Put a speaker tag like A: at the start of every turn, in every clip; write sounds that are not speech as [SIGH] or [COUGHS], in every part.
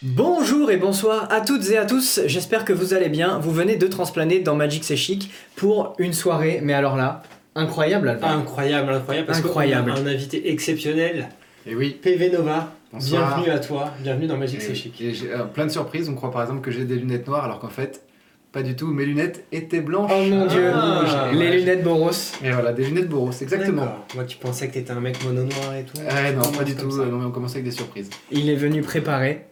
A: Bonjour et bonsoir à toutes et à tous, j'espère que vous allez bien. Vous venez de transplaner dans Magic C'est Chic pour une soirée, mais alors là, incroyable Alpha.
B: Incroyable, incroyable, parce
A: Incroyable.
B: qu'on a un invité exceptionnel,
C: Et oui,
B: PV Nova.
C: Bonsoir.
B: Bienvenue à toi, bienvenue dans Magic C'est
C: Et-
B: Chic.
C: et j'ai euh, plein de surprises. On croit par exemple que j'ai des lunettes noires alors qu'en fait, pas du tout. Mes lunettes étaient blanches.
A: Oh mon dieu,
B: Ah,
A: les
C: ouais.
A: lunettes Boros.
C: Et voilà, des lunettes Boros, exactement.
B: D'accord. Moi qui pensais que t'étais un mec mono noir et tout.
C: Eh non, pas du
B: Comme
C: tout.
B: ça.
C: euh, non, mais on commence avec des surprises.
A: Il est venu préparer,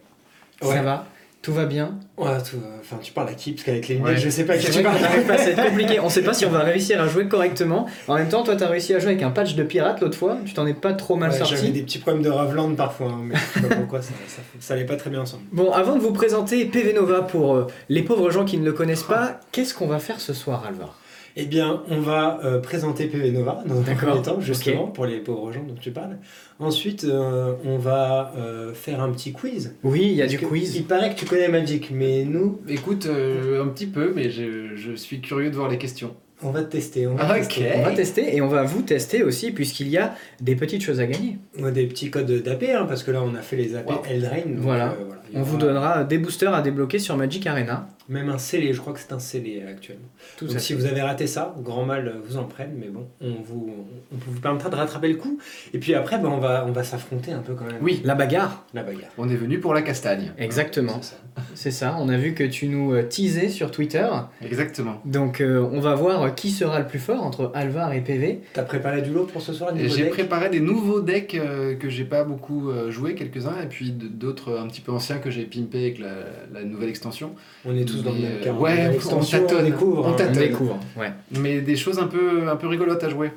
A: ça
B: Ouais.
A: va, tout va bien.
B: Ouais, tout, euh, enfin, tu parles à qui Parce qu'avec les lunettes,
C: Ouais.
B: je sais pas à qui
A: C'est vrai
B: tu
A: qu'on
B: parles.
A: n'arrive pas, c'est compliqué, on sait pas si on va réussir à jouer correctement. En même temps, toi t'as réussi à jouer avec un patch de pirate l'autre fois, tu t'en es pas trop mal
B: Ouais, J'avais
A: sorti.
B: des petits problèmes de Ravland parfois, hein, mais je sais pas pourquoi, ça, ça, ça allait pas très bien ensemble.
A: Bon, avant de vous présenter PV Nova pour euh, les pauvres gens qui ne le connaissent pas, qu'est-ce qu'on va faire ce soir, Alvar
B: Eh bien, on va euh, présenter PV Nova dans un
A: D'accord.
B: premier temps, justement, pour les pauvres gens dont tu parles. Ensuite, euh, on va euh, faire un petit quiz.
A: Oui, il y a
B: Parce
A: du
B: que
A: quiz.
B: Il paraît que tu connais Magic, mais nous,
C: Écoute, euh, un petit peu, mais je, je suis curieux de voir les questions.
B: on va te tester. On va te
C: Ok.
B: tester.
A: On va tester et on va vous tester aussi puisqu'il y a des petites choses à gagner.
B: On a des petits codes d'AP, hein, parce que là on a fait les AP
C: Wow.
B: Eldrain. donc,
A: Voilà.
B: euh, voilà, il y
A: On
B: aura
A: vous donnera des boosters à débloquer sur Magic Arena.
B: Même un scellé, je crois que c'est un scellé euh, actuellement.
A: Tout
B: donc si vous avez raté ça, grand mal euh, vous en prenne, mais bon, on vous, on vous permettra de rattraper le coup. Et puis après, ben, on va, on va s'affronter un peu quand même.
C: Oui,
A: La bagarre,
B: La bagarre.
C: on est venu pour la castagne.
A: exactement.
B: C'est ça.
A: C'est ça, on a vu que tu nous euh, teasais sur Twitter.
C: Exactement.
A: Donc euh, on va voir qui sera le plus fort entre Alvar et PV.
B: T'as préparé du lot pour ce soir,
C: Et
B: niveau
C: J'ai
B: deck
C: préparé des nouveaux decks euh, que j'ai pas beaucoup euh, joué, quelques-uns, et puis d- d'autres un petit peu anciens que j'ai pimpé avec la, la nouvelle extension.
B: On est tous dans le
C: Mais,
B: même
C: euh,
B: cas.
C: ouais,
B: a
C: on
B: l'extension,
C: tâtonne.
B: On découvre.
C: On
B: hein.
C: tâtonne.
A: On découvre. Ouais.
C: Mais des choses un peu, un peu rigolotes à jouer,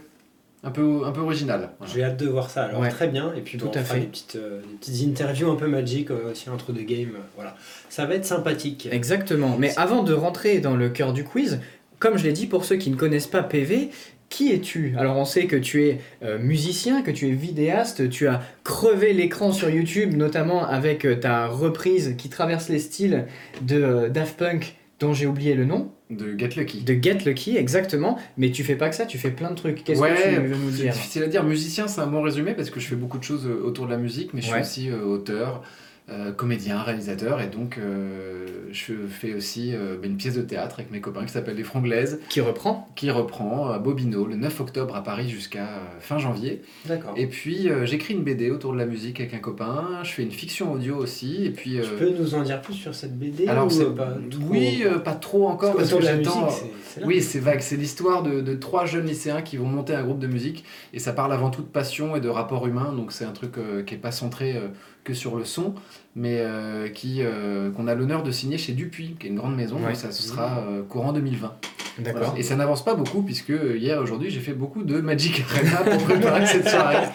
C: un peu, un peu originales. Voilà.
B: J'ai hâte de voir ça. Alors
A: Ouais.
B: très bien. Et puis
A: Tout
B: bon, on
A: à
B: fera
A: fait.
B: Des, petites, euh, des petites interviews un peu Magic euh, aussi entre deux games. euh, voilà. Ça va être sympathique.
A: Exactement. Mais avant de rentrer dans le cœur du quiz, comme je l'ai dit pour ceux qui ne connaissent pas PV, qui es-tu Alors on sait que tu es euh, musicien, que tu es vidéaste, tu as crevé l'écran sur YouTube, notamment avec euh, ta reprise qui traverse les styles de euh, Daft Punk dont j'ai oublié le nom,
C: De Get Lucky.
A: de Get Lucky exactement, mais tu fais pas que ça, tu fais plein de trucs. Qu'est-ce
C: Ouais,
A: que tu veux nous
C: C'est
A: dire
C: difficile à dire. Musicien, c'est un bon résumé parce que je fais beaucoup de choses euh, autour de la musique, mais je suis
A: Ouais.
C: aussi euh, auteur, euh, comédien, réalisateur, et donc euh, je fais aussi euh, une pièce de théâtre avec mes copains qui s'appelle Les Franglaises,
A: Qui reprend
C: qui reprend à Bobino le 9 octobre à Paris jusqu'à euh, fin janvier.
B: D'accord.
C: Et puis euh, j'écris une BD autour de la musique avec un copain, je fais une fiction audio aussi, et puis.
B: Tu
C: euh,
B: peux nous en dire plus sur cette BD
C: alors,
B: ou
C: c'est
B: pas trop
C: oui, euh, pas trop encore
B: Parce
C: parce
B: qu'autour
C: que
B: de la
C: j'attends.
B: musique, c'est- c'est là.
C: Oui, c'est vague. C'est l'histoire de, de trois jeunes lycéens qui vont monter un groupe de musique et ça parle avant tout de passion et de rapport humain. Donc c'est un truc euh, qui est pas centré euh, que sur le son, mais euh, qui euh, qu'on a l'honneur de signer chez Dupuis, qui est une grande maison.
A: Ouais.
C: Donc ça ce sera euh, courant 2020.
A: D'accord.
C: Et ça n'avance pas beaucoup puisque euh, hier aujourd'hui j'ai fait beaucoup de Magic Arena pour préparer cette soirée.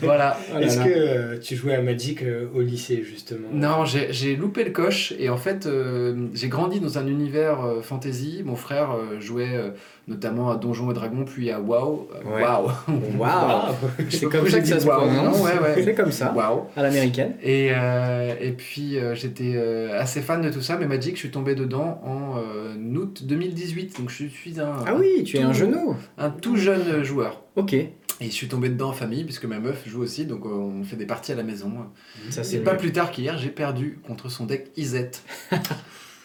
C: Voilà.
A: Oh là
B: Est-ce
A: là.
B: que euh, tu jouais à Magic euh, au lycée justement
C: Non, j'ai j'ai loupé le coche et en fait, euh, j'ai grandi dans un univers euh, fantasy. Mon frère euh, jouait euh, notamment à Donjons et Dragons, puis à WoW. Euh,
A: Ouais.
C: WoW.
A: Waouh
B: [LAUGHS] Ah,
A: C'est comme ça que ça se
C: Wow,
A: prononce.
C: non, ouais, ouais.
A: C'est comme ça,
C: [LAUGHS] WoW.
A: à l'américaine.
C: Et, euh, et puis, euh, j'étais euh, assez fan de tout ça, mais Magic, je suis tombé dedans en euh, août 2018. Donc, je suis un,
A: Ah oui, tu es un
C: Tout.
A: genou.
C: un tout jeune joueur.
A: Ok,
C: Et je suis tombé dedans en famille, puisque ma meuf joue aussi, donc euh, on fait des parties à la maison.
A: ça Ah, c'est
C: C'est pas plus tard qu'hier, j'ai perdu contre son deck
A: [LAUGHS]
C: Izette.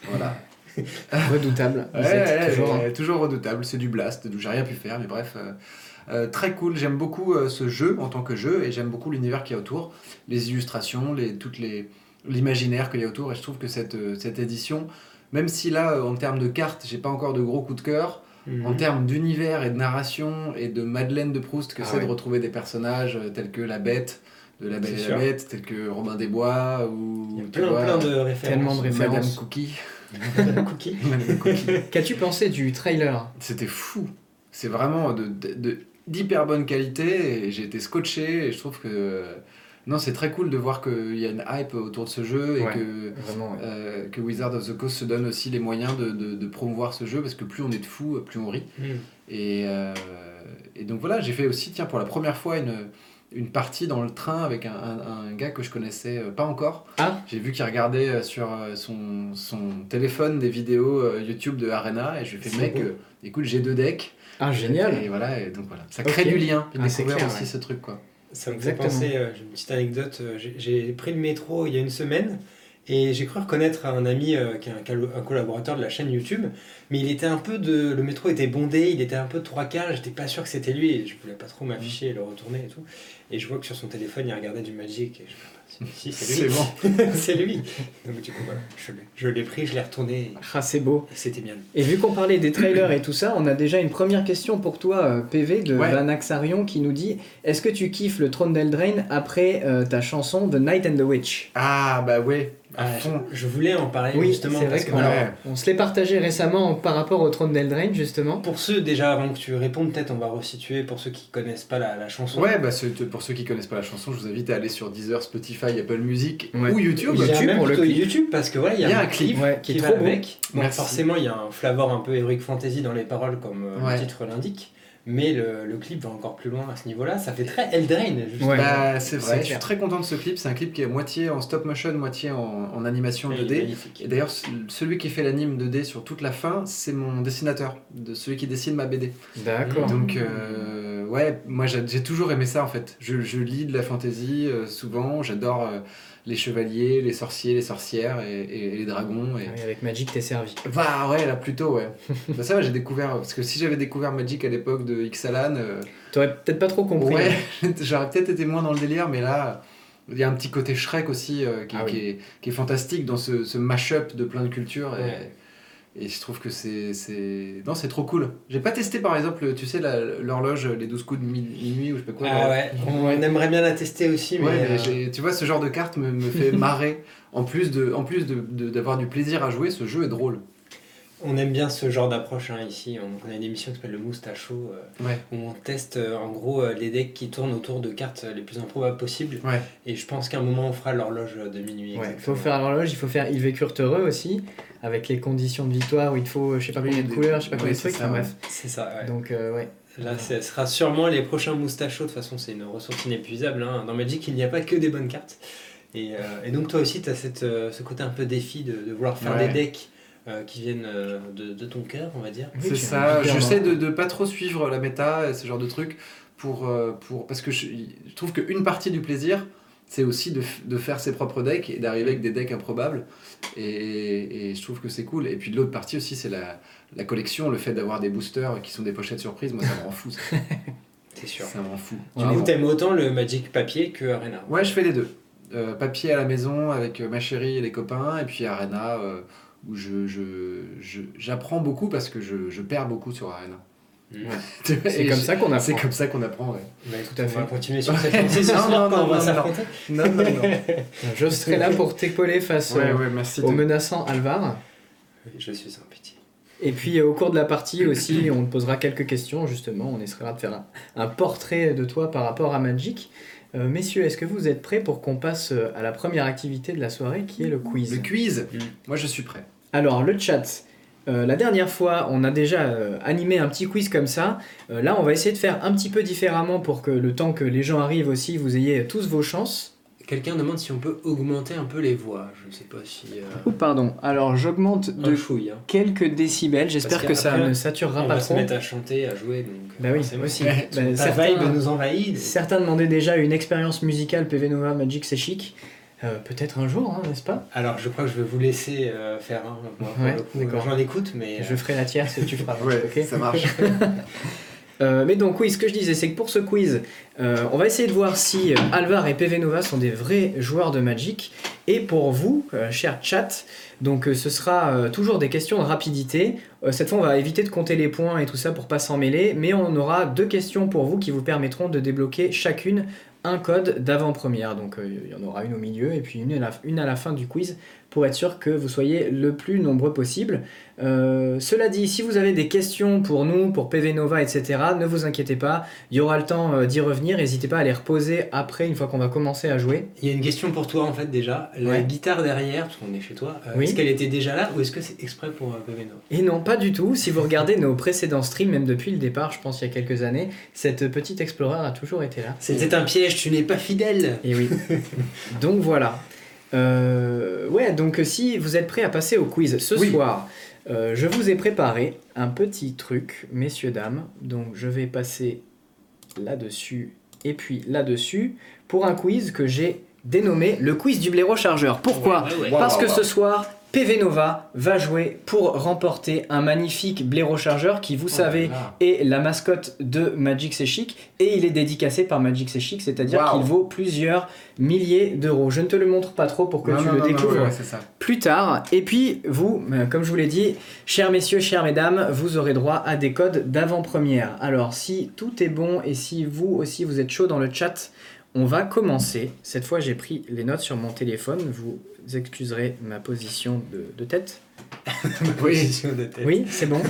C: voilà.
A: redoutable.
C: Ouais,
A: Vous êtes
C: ouais,
A: toujours-
C: ouais, toujours redoutable, c'est du blast, donc j'ai rien pu faire, mais bref. euh, euh, très cool, j'aime beaucoup euh, ce jeu en tant que jeu et j'aime beaucoup l'univers qu'il y a autour, les illustrations, les, toutes les l'imaginaire qu'il y a autour et je trouve que cette, euh, cette édition, même si là euh, en termes de cartes j'ai pas encore de gros coup de cœur,
B: Hmm.
C: en
B: Mhm.
C: termes d'univers et de narration et de Madeleine de Proust que
A: Ah
C: c'est
A: ouais.
C: de retrouver des personnages euh, tels que la bête de la Belle
B: C'est
C: et
B: sûr.
C: la Bête, tels que Robin des Bois
B: Il y
C: ou
B: a
C: tu
B: plein, [LAUGHS]
C: vois,
B: plein de références.
A: Tellement de références.
C: Madame Cookie. [LAUGHS]
B: Cookie.
C: Madame Cookie.
A: Qu'as-tu pensé du trailer
C: C'était fou. C'est vraiment de, de- de- d'hyper bonne qualité et j'ai été scotché et je trouve que non c'est très cool de voir qu'il y a une hype autour de ce jeu et
A: Ouais.
C: que
A: Vraiment. ouais.
C: euh, que Wizard of the Coast se donne aussi les moyens de, de- de promouvoir ce jeu parce que plus on est de fous, plus on rit.
B: Mhm.
C: Et, euh, et donc voilà, j'ai fait aussi, tiens, pour la première fois, une, une partie dans le train avec un, un- un gars que je connaissais euh, pas encore.
A: Ah.
C: J'ai vu qu'il regardait euh, sur euh, son, son téléphone des vidéos euh, YouTube de Arena et je lui ai fait,
B: C'est
C: mec,
B: beau.
C: euh, écoute, j'ai deux decks.
A: Ah, génial.
C: Et voilà, et donc voilà. Ça
A: Ok.
C: crée du lien. J'ai
A: Ah, c'est
C: découvert
A: clair,
C: aussi
A: ouais.
C: ce truc, quoi.
B: Ça me
A: Exactement.
B: fait penser, euh, j'ai une petite anecdote, euh, j'ai- j'ai pris le métro il y a une semaine Et j'ai cru reconnaître un ami euh, qui est un, calo- un collaborateur de la chaîne YouTube, mais il était un peu de. Le métro était bondé, il était un peu de trois quarts, j'étais pas sûr que c'était lui, et je voulais pas trop m'afficher et le retourner et tout. Et je vois que sur son téléphone, il regardait du Magic, et je me dis, si, si, c'est
C: C'est
B: lui.
C: bon.
B: [LAUGHS] c'est lui. Donc du coup, voilà, je l'ai- je l'ai pris, je l'ai retourné, et
A: Ah, c'est beau.
B: c'était bien lui.
A: Et vu qu'on parlait des trailers et tout ça, on a déjà une première question pour toi, euh, PV, de
C: Ouais.
A: Van Axarion, qui nous dit Est-ce que tu kiffes le trône d'Eldraine après euh, ta chanson The Night and the Witch
C: Ah, bah ouais, à
B: Ah,
C: fond.
B: je, je voulais en parler justement,
A: c'est vrai
B: parce que
A: que-
B: voilà,
A: ben alors, on se l'est partagé récemment par rapport au trône d'Eldraine, justement.
B: Pour ceux, déjà, avant que tu répondes, peut-être on va resituer pour ceux qui connaissent pas la, la chanson.
C: Ouais, bah c'est- pour ceux qui connaissent pas la chanson, je vous invite à aller sur Deezer, Spotify, Apple Music
A: Ouais.
C: ou YouTube.
B: Il y a
A: YouTube
B: même
A: pour le
B: plutôt
A: clip.
B: YouTube parce que voilà, il y a, un clip
A: Ouais,
B: qui,
A: qui est
B: va
A: trop beau.
B: avec. Donc
C: Merci.
B: forcément, il y a un flavor un peu Heroic Fantasy dans les paroles comme euh,
C: Ouais.
B: le titre l'indique. Mais le, le clip va encore plus loin à ce niveau-là. Ça fait très Eldraine, justement.
A: Ouais.
C: Bah, c'est vrai,
A: C'est
C: je suis
A: clair.
C: très content de ce clip. C'est un clip qui est moitié en stop motion, moitié en, en animation
B: Il est
C: 2D.
B: magnifique.
C: Et d'ailleurs, ce- celui qui fait l'anime 2D sur toute la fin, c'est mon dessinateur, de celui qui dessine ma BD.
A: D'accord.
C: Donc, euh, ouais, moi j'a- j'ai toujours aimé ça en fait. Je, je lis de la fantasy euh, souvent, j'adore euh, les chevaliers, les sorciers, les sorcières et, et- et les dragons. Et...
A: Ah oui, Avec Magic, t'es servi.
C: Bah ouais, là plutôt, ouais. bah ça, ouais, j'ai découvert, parce que si j'avais découvert Magic à l'époque de Ixalan, euh,
A: T'aurais peut-être pas trop compris. hein.
C: ouais, [LAUGHS] j'aurais peut-être été moins dans le délire, mais là, il y a un petit côté Shrek aussi euh, qui,
A: Ah oui.
C: qui est, qui est fantastique dans ce, ce mash-up de plein de cultures. et-
B: Ouais.
C: Et, je trouve que c'est. c'est- Non, c'est trop cool. J'ai pas testé par exemple, tu sais, la- l'horloge, les 12 coups de mi- minuit ou je sais pas quoi.
B: Ah
C: là.
B: ouais, on, on aimerait bien la tester aussi, mais,
C: Ouais, mais
B: euh,
C: j'ai- tu vois, ce genre de carte me, me fait marrer. En plus de, en plus de, de- d'avoir du plaisir à jouer, ce jeu est drôle.
B: on aime bien ce genre d'approche hein, ici. On, on a une émission qui s'appelle le Moustacho. euh,
C: Ouais.
B: où on teste euh, en gros euh, les decks qui tournent autour de cartes euh, les plus improbables possibles.
C: Ouais.
B: Et je pense qu'à un moment on fera l'horloge euh, de minuit.
A: Ouais, il faut
B: exactement.
A: faire l'horloge, il faut faire il vécure heureux aussi, avec les conditions de victoire où il te faut euh, je sais pas
C: Oui,
A: combien de
C: des-
A: couleurs, je sais pas
C: ouais,
A: combien de
C: c'est
A: trucs,
C: ça,
A: enfin
C: ouais.
A: bref.
B: C'est ça, ouais.
A: Donc euh, ouais.
B: Là, ce sera sûrement les prochains moustachos. De toute façon, c'est une ressource inépuisable. hein. Dans Magic, il n'y a pas que des bonnes cartes. Et, euh, et donc, toi aussi, tu as cette, euh, ce côté un peu défi de, de vouloir faire
C: Ouais.
B: des decks euh, qui viennent euh, de, de ton cœur, on va dire.
A: Oui,
C: C'est
A: tu
C: ça,
A: as hyper
C: j'essaie
A: marre.
C: de ne pas trop suivre la méta et ce genre de trucs pour, euh, pour, parce que je, je trouve qu'une partie du plaisir, c'est aussi de, f- de faire ses propres decks et d'arriver avec des decks improbables. Et, et je trouve que c'est cool. Et puis de l'autre partie aussi, c'est la, la collection, le fait d'avoir des boosters qui sont des pochettes surprises. Moi, ça me rend fou.
A: [LAUGHS]
C: Ça,
B: C'est sûr.
C: ça me rend fou.
B: Du coup,
C: Vraiment.
B: t'aimes autant le Magic papier que Arena.
C: Ouais, je fais les deux. Euh, papier à la maison avec euh, ma chérie et les copains, et puis Arena euh, où je, je, je- j'apprends beaucoup parce que je, je perds beaucoup sur Arena. [LAUGHS]
B: Mmh.
C: Tu vois,
A: C'est
C: et
A: comme
C: je-
A: ça qu'on
C: Ah, C'est
A: apprend.
C: comme ça qu'on apprend,
A: [LAUGHS]
C: ouais.
B: Bah, écoute,
A: Tout à
B: on
A: fait.
B: va continuer sur cette [LAUGHS] lancée ce
C: Non,
B: soir
C: non,
B: quand
C: non,
B: on va
C: non,
B: s'affronter.
C: Non, non, non. ouais,
A: Je serai là pour t'épauler face au-
C: [LAUGHS] ouais, merci.
A: au
C: de-
A: menaçant Alvar.
B: Je suis sans pitié.
A: Et puis euh, au cours de la partie
C: [COUGHS]
A: aussi, on te posera quelques questions justement, on essaiera de faire un, un portrait de toi par rapport à Magic. Euh, messieurs, est-ce que vous êtes prêts pour qu'on passe euh, à la première activité de la soirée qui est le quiz
C: Le quiz,
B: Mm.
C: moi je suis prêt.
A: Alors, le chat. Euh, la dernière fois, on a déjà euh, animé un petit quiz comme ça. Euh, là, on va essayer de faire un petit peu différemment pour que le temps que les gens arrivent aussi, vous ayez tous vos chances.
B: Quelqu'un demande si on peut augmenter un peu les voix. Je ne sais pas si. Euh...
A: Ou pardon. Alors, j'augmente
B: un
A: de
B: chouille. hein.
A: quelques décibels.
B: Parce
A: J'espère
B: qu'à
A: que ça
B: après,
A: ne saturera
B: On
A: pas
B: va se
A: trop.
B: mettre à chanter, à jouer. Donc, euh,
A: Bah oui,
B: forcément.
A: aussi.
C: Ouais,
A: Bah,
B: Ta vibe
A: certains,
B: nous envahit. donc-
A: certains demandaient déjà une expérience musicale PV Nova Magic, c'est chic. Euh, Peut-être un jour, hein, n'est-ce pas
B: Alors, je crois que je vais vous laisser euh, faire. Hein, moi, pour
A: Ouais,
B: le coup,
A: d'accord.
B: euh, J'en écoute, mais.
A: Je
B: euh,
A: ferai la tierce,
B: [LAUGHS]
A: tu feras. la
C: Ouais,
A: manche, ok
C: ça marche.
A: Euh, mais donc oui, ce que je disais, c'est que pour ce quiz, euh, on va essayer de voir si euh, Alvar et PV Nova sont des vrais joueurs de Magic. Et pour vous, euh, cher chat, donc euh, ce sera euh, toujours des questions de rapidité. Euh, cette fois, on va éviter de compter les points et tout ça pour pas s'en mêler, mais on aura deux questions pour vous qui vous permettront de débloquer chacune un code d'avant-première. Donc euh, il y en aura une au milieu et puis une à, la, une à la fin du quiz pour être sûr que vous soyez le plus nombreux possible. Euh, cela dit, si vous avez des questions pour nous, pour PV Nova, etc., ne vous inquiétez pas, il y aura le temps euh, d'y revenir. N'hésitez pas à les reposer après, une fois qu'on va commencer à jouer.
B: Il y a une question pour toi en fait déjà. La
A: Ouais.
B: guitare derrière, parce qu'on est chez toi, euh,
A: Oui.
B: est-ce qu'elle était déjà là ou est-ce que c'est exprès pour euh, Paveno
A: Et non, pas du tout. Si vous regardez nos précédents streams, même depuis le départ, je pense il y a quelques années, cette petite explorer a toujours été là.
B: C'était un piège, tu n'es pas fidèle
A: Et Eh
C: [LAUGHS]
A: oui. donc voilà. Euh, ouais, donc si vous êtes prêts à passer au quiz ce
C: Oui.
A: soir, euh, je vous ai préparé un petit truc, messieurs, dames. Donc je vais passer là-dessus et puis là-dessus pour un quiz que j'ai dénommé le quiz du blaireau chargeur. Pourquoi
D: Ouais, ouais, ouais.
A: Parce
C: Waouh,
A: que
C: waouh.
A: ce soir, PV Nova va jouer pour remporter un magnifique blaireau chargeur qui, [LAUGHS]
C: Oh
A: vous savez, est la mascotte de Magic C'est Chic et il est dédicacé par Magic C'est Chic, c'est-à-dire
C: Waouh.
A: qu'il vaut plusieurs milliers d'euros. Je ne te le montre pas trop pour que tu le découvres
C: ouais, ouais, c'est ça.
A: plus tard. Et puis, vous, euh, comme je vous l'ai dit, chers messieurs, chères mesdames, vous aurez droit à des codes d'avant-première. Alors, si tout est bon et si vous aussi vous êtes chaud dans le chat, on va commencer. Cette fois, j'ai pris les notes sur mon téléphone. Vous excuserez ma position de, de tête.
C: Oui.
B: Position de tête.
A: Oui, c'est bon.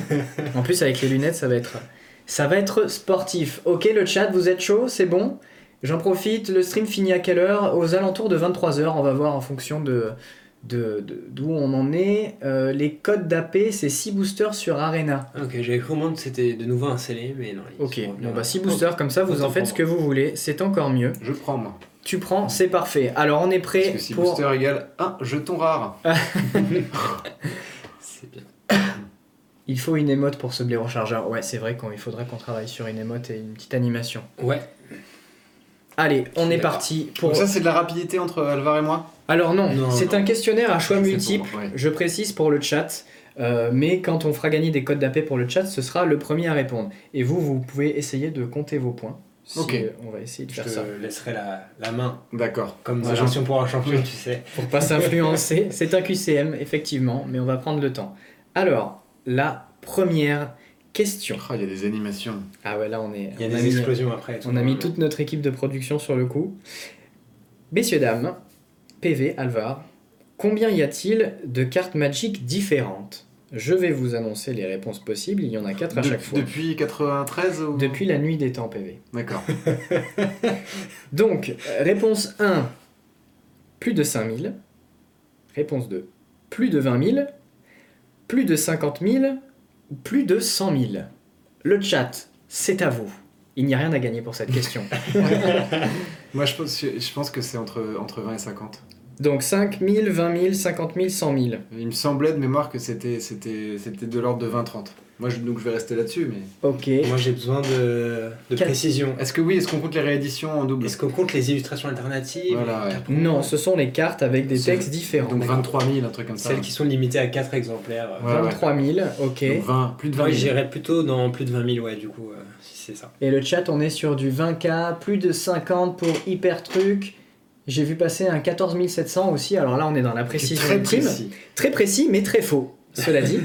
A: En plus, avec les lunettes, ça va être, ça va être sportif. Ok, le chat, vous êtes chaud, c'est bon. J'en profite. Le stream finit à quelle heure Aux alentours de 23 h On va voir en fonction de de- de- d'où on en est. Euh, les codes d'AP, c'est 6 boosters sur Arena.
B: Ah, Ok, j'avais cru au moins que c'était de nouveau un scellé, mais non. ils
A: Ok,
B: sont revenus
A: bon bah
B: à-
A: 6 boosters comme ça, vous
B: Autant
A: en faites
B: pour
A: ce que vous voulez, c'est encore mieux.
C: Je prends moi.
A: Tu prends, c'est parfait. Alors on est
C: Parce
A: prêt
C: que si
A: pour.
C: booster égale un jeton rare.
B: C'est bien.
A: Il faut une émote pour ce blé rechargeur. Ouais, c'est vrai qu'il faudrait qu'on travaille sur une émote et une petite animation.
B: Ouais.
A: Allez, on est
C: D'accord.
A: parti pour.
C: Donc ça c'est de la rapidité entre Alvar et moi.
A: Alors non,
B: Non,
A: c'est
B: non.
A: un questionnaire à choix
C: C'est
A: multiples.
C: pour- ouais.
A: Je précise pour le chat, euh, mais quand on fera gagner des codes d'AP pour le chat, ce sera le premier à répondre. Et vous, vous pouvez essayer de compter vos points. Si,
C: Ok.
A: euh, on va essayer de
B: Je
A: faire
B: te
A: ça.
B: laisserai la, la main,
C: D'accord.
B: comme
C: Voilà.
B: champion pour un champion, tu sais.
A: Pour pas
B: [LAUGHS]
A: s'influencer, c'est un QCM, effectivement, mais on va prendre le temps. Alors, la première question.
C: Ah, Il y a des animations.
A: Ah ouais, là, on est.
B: Il y a
A: on
B: des
A: mis-
B: explosions après. et tout.
A: euh, On a mis toute notre équipe de production sur le coup. Messieurs, dames, PV, Alvar, combien y a-t-il de cartes magiques différentes Je vais vous annoncer les réponses possibles, il y en a 4 à
C: De-
A: chaque fois.
C: Depuis 93 ou...
A: Depuis la nuit des temps, PV. [LAUGHS]
C: D'accord.
A: Donc, euh, réponse 1, plus de 5000. Réponse 2, plus de 20 000. Plus de 50 000. ou Plus de 100 000. Le chat, c'est à vous. Il n'y a rien à gagner pour cette question.
C: Moi je pense, je, je pense que c'est entre, entre 20 et 50.
A: Donc 5 000, 20 000, 50 000, 100 000.
C: Il me semblait de mémoire que c'était c'était c'était de l'ordre de 20-30. Moi je, donc je vais rester là-dessus mais...
A: Ok.
B: Moi j'ai besoin de, de
A: Quatre-
B: précision.
C: Est-ce que oui, est-ce qu'on compte les rééditions en double
B: Est-ce qu'on compte les illustrations alternatives
C: Voilà, ouais.
B: Quatre-
A: Non, ce sont les cartes avec des
C: C'est-
A: textes différents.
C: Donc 23 000, un truc comme ça.
A: Ah.
B: Celles qui sont limitées à 4 exemplaires. euh.
C: Ouais, ouais.
A: 23 000, ok.
C: Donc 20, plus de 20
B: Moi
C: 000.
B: j'irais plutôt dans plus de 20 000, ouais, du coup, euh, si c'est ça.
A: Et le chat, on est sur du 20K, plus de 50 pour hyper truc. J'ai vu passer un 14 700 aussi, alors là on est dans la précision
C: Très
A: ultime.
C: précis.
A: Très précis, mais très faux, cela
C: [LAUGHS]
A: dit.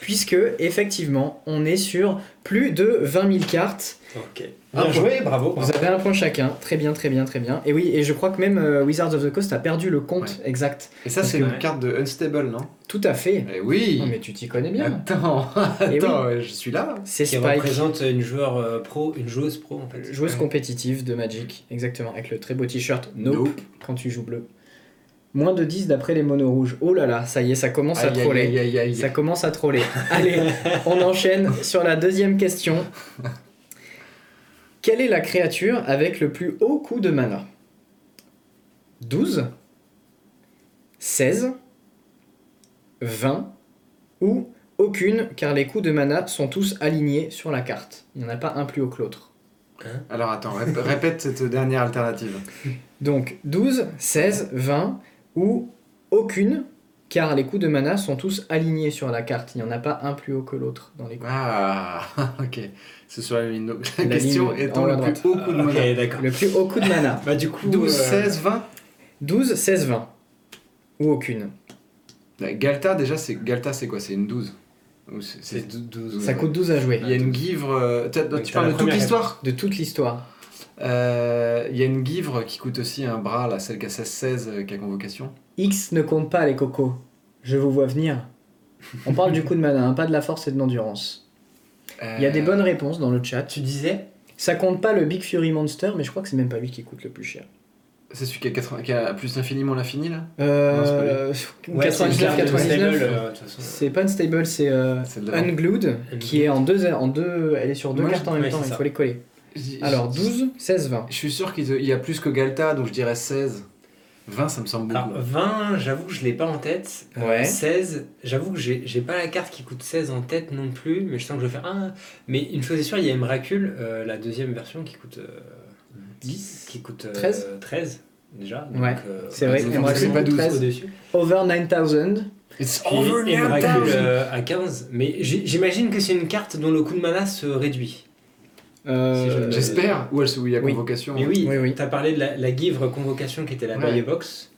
A: puisque effectivement, on est sur plus de 20 000 cartes.
B: Ok.
C: Ah,
B: Bien
C: bon.
B: joué, bravo.
A: Vous
B: bravo.
A: avez un point chacun, très bien, très bien, très bien. Et oui, et je crois que même euh, Wizards of the Coast a perdu le compte exact.
C: Et ça,
A: Parce
C: c'est
A: que-
C: une carte de Unstable, non
A: Tout à fait.
C: Eh oui Ah
A: Non, Oh, mais tu t'y connais bien.
C: Attends,
A: Eh oui.
C: attends, euh, je suis là.
A: C'est
B: Qui
A: Spike,
B: représente une joueur euh, pro, une joueuse pro en fait.
A: joueuse compétitive de Magic, exactement, avec le très beau t-shirt nope,
C: Nope.
A: quand tu joues bleu. Moins de 10 d'après les monos rouges. Oh là là, ça y est, ça commence à
C: Aïe, aïe,
A: troller.
C: aïe, aïe, aïe.
A: Ça commence à troller. Allez, on enchaîne sur la deuxième question. Quelle est la créature avec le plus haut coût de mana 12 16 20 ou aucune car les coûts de mana sont tous alignés sur la carte. Il n'y en a pas un plus haut que l'autre.
C: Alors attends, rép- répète cette dernière alternative.
A: Donc 12, 16, 20 ou aucune car les coûts de mana sont tous alignés sur la carte. Il n'y en a pas un plus haut que l'autre dans les coûts.
C: Ah, [LAUGHS] ok. C'est sur la ligne. Donc, La,
A: La
C: question
A: ligne
C: est
A: en
C: on
A: haut à
C: le
A: droite.
C: plus haut coup de
B: Ah, Ok,
C: monnaie
B: d'accord.
A: Le plus haut coup de mana.
B: Bah, du coup.
C: 12,
B: euh,
C: 16, 20
A: 12, 16, 20. Ou aucune.
C: La Galta, déjà, c'est Galta, c'est quoi C'est une 12 Ou c'est-
B: C'est
C: c'est-
B: 12.
A: Ça coûte 12 à jouer.
C: Il y a une guivre. euh, t'as-
B: Donc,
C: Tu
B: t'as la
C: parles de toute
B: première
C: l'histoire
A: De toute l'histoire.
C: Euh, Il y a une guivre qui coûte aussi un bras, là, celle qui a 16-16 euh, qui a convocation.
A: X ne compte pas les cocos. Je vous vois venir. On parle du coup de mana, hein, pas de la force et de l'endurance. Il y a des
C: Euh,
A: bonnes réponses dans le chat.
B: Tu disais
A: Ça compte pas le Big Fury Monster, mais je crois que c'est même pas lui qui coûte le plus cher.
C: Euh, C'est celui qui a, 80 qui a plus infiniment l'infini, là Non, c'est pas lui.
A: Euh,
B: c'est une
A: 99,
B: carte de
A: 99.
B: stable, euh, de toute façon.
A: C'est pas unstable, c'est euh,
C: C'est de la-
A: Unglued, qui est en deux, en deux, elle est sur deux
C: Moi,
A: cartes en
B: ouais,
A: même temps,
B: c'est
A: il
B: ça.
A: faut les coller.
C: J-
A: Alors
C: j-
A: 12, 16, 20.
C: Je suis sûr qu'il il y a plus que Galta, donc je dirais 16. 20, ça me semble
B: Alors,
C: beaucoup.
B: 20, j'avoue que je l'ai pas en tête. Euh,
A: Ouais.
B: 16, j'avoue que j'ai j'ai pas la carte qui coûte 16 en tête non plus, mais je sens que je vais faire un. Mais une chose est sûre, il y a Miracle, euh, la deuxième version qui coûte. euh,
A: 10
B: qui coûte euh,
A: 13.
B: 13. déjà.
A: Ouais,
B: euh,
A: c'est vrai,
B: forcément,
A: Emrakul,
B: c'est pas 12
A: 13.
B: au-dessus.
A: Over 9000.
C: It's
B: Puis
C: over now,
B: Emrakul
C: Tom.
B: euh, à 15. Mais j'ai- j'imagine que c'est une carte dont le coût de mana se réduit.
A: Euh,
B: Si je-
C: J'espère. Ou elle- ou il y a
A: Oui.
C: convocation. hein.
B: Mais oui,
A: Oui, oui.
B: t'as parlé de la, la Givre Convocation qui était la
C: Ouais.
B: Baye Box.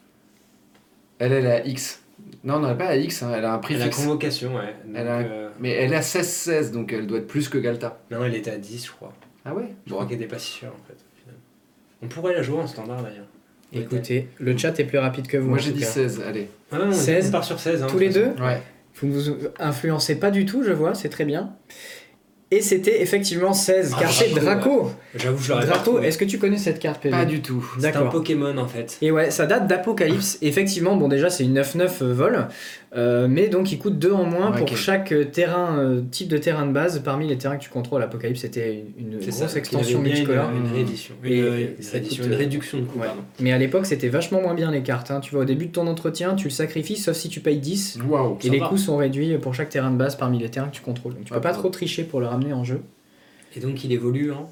C: Elle, elle est à X. Non, non, elle n'est pas à X, hein, elle a un prix
B: La
C: fixe.
B: Convocation, ouais. Donc,
C: Elle a-
B: euh,
C: Mais elle est à 16-16, donc elle doit être plus que Galta.
B: Non, elle était à 10, je crois.
C: Ah ouais
B: Je crois qu'elle était pas si sûre, en fait. au final. On pourrait la jouer en standard, d'ailleurs.
A: Écoutez, le chat est plus rapide que vous.
C: Moi
A: en
C: j'ai
A: tout
C: dit
A: cas.
C: 16, allez.
B: Ah non, on-
A: 16.
B: on part sur 16. hein,
A: Tous
B: de
A: les
B: toute façon.
A: deux
C: Ouais.
A: Vous ne vous influencez pas du tout, je vois, c'est très bien. Et c'était effectivement 16,
B: Ah,
A: car c'est
B: Draco,
A: Draco.
B: J'avoue, je l'aurais pas
A: Draco,
B: trouvé.
A: est-ce que tu connais cette carte, PV
C: Pas du tout.
B: C'est un
A: D'accord.
B: Pokémon, en fait.
A: Et ouais, ça date d'Apocalypse. Effectivement, bon, déjà, c'est une 9-9 euh, vol, euh, mais donc il coûte 2 en moins
C: Ouais,
A: pour
C: ok.
A: chaque euh, terrain, euh, type de terrain de base. Parmi les terrains que tu contrôles, Apocalypse, c'était une, une
B: C'est
A: grosse
B: ça,
A: extension
B: qu'il avait bien
A: multicolore.
B: Une, une réédition. Une,
A: Et-
B: euh,
A: et
B: une
A: ça
B: réédition,
A: coûte,
B: une
A: euh,
B: réduction de coût,
A: ouais.
B: pardon.
A: Mais à l'époque, c'était vachement moins bien les cartes. hein. Tu vois, au début de ton entretien, tu le sacrifies, sauf si tu payes 10.
C: Waouh.
A: Et les
B: va.
A: coûts sont réduits pour chaque terrain de base parmi les terrains que tu contrôles. Donc tu peux
C: Ah,
A: pas
C: bon.
A: trop tricher pour le ramener en jeu. [LAUGHS]
B: Et donc, il évolue, hein.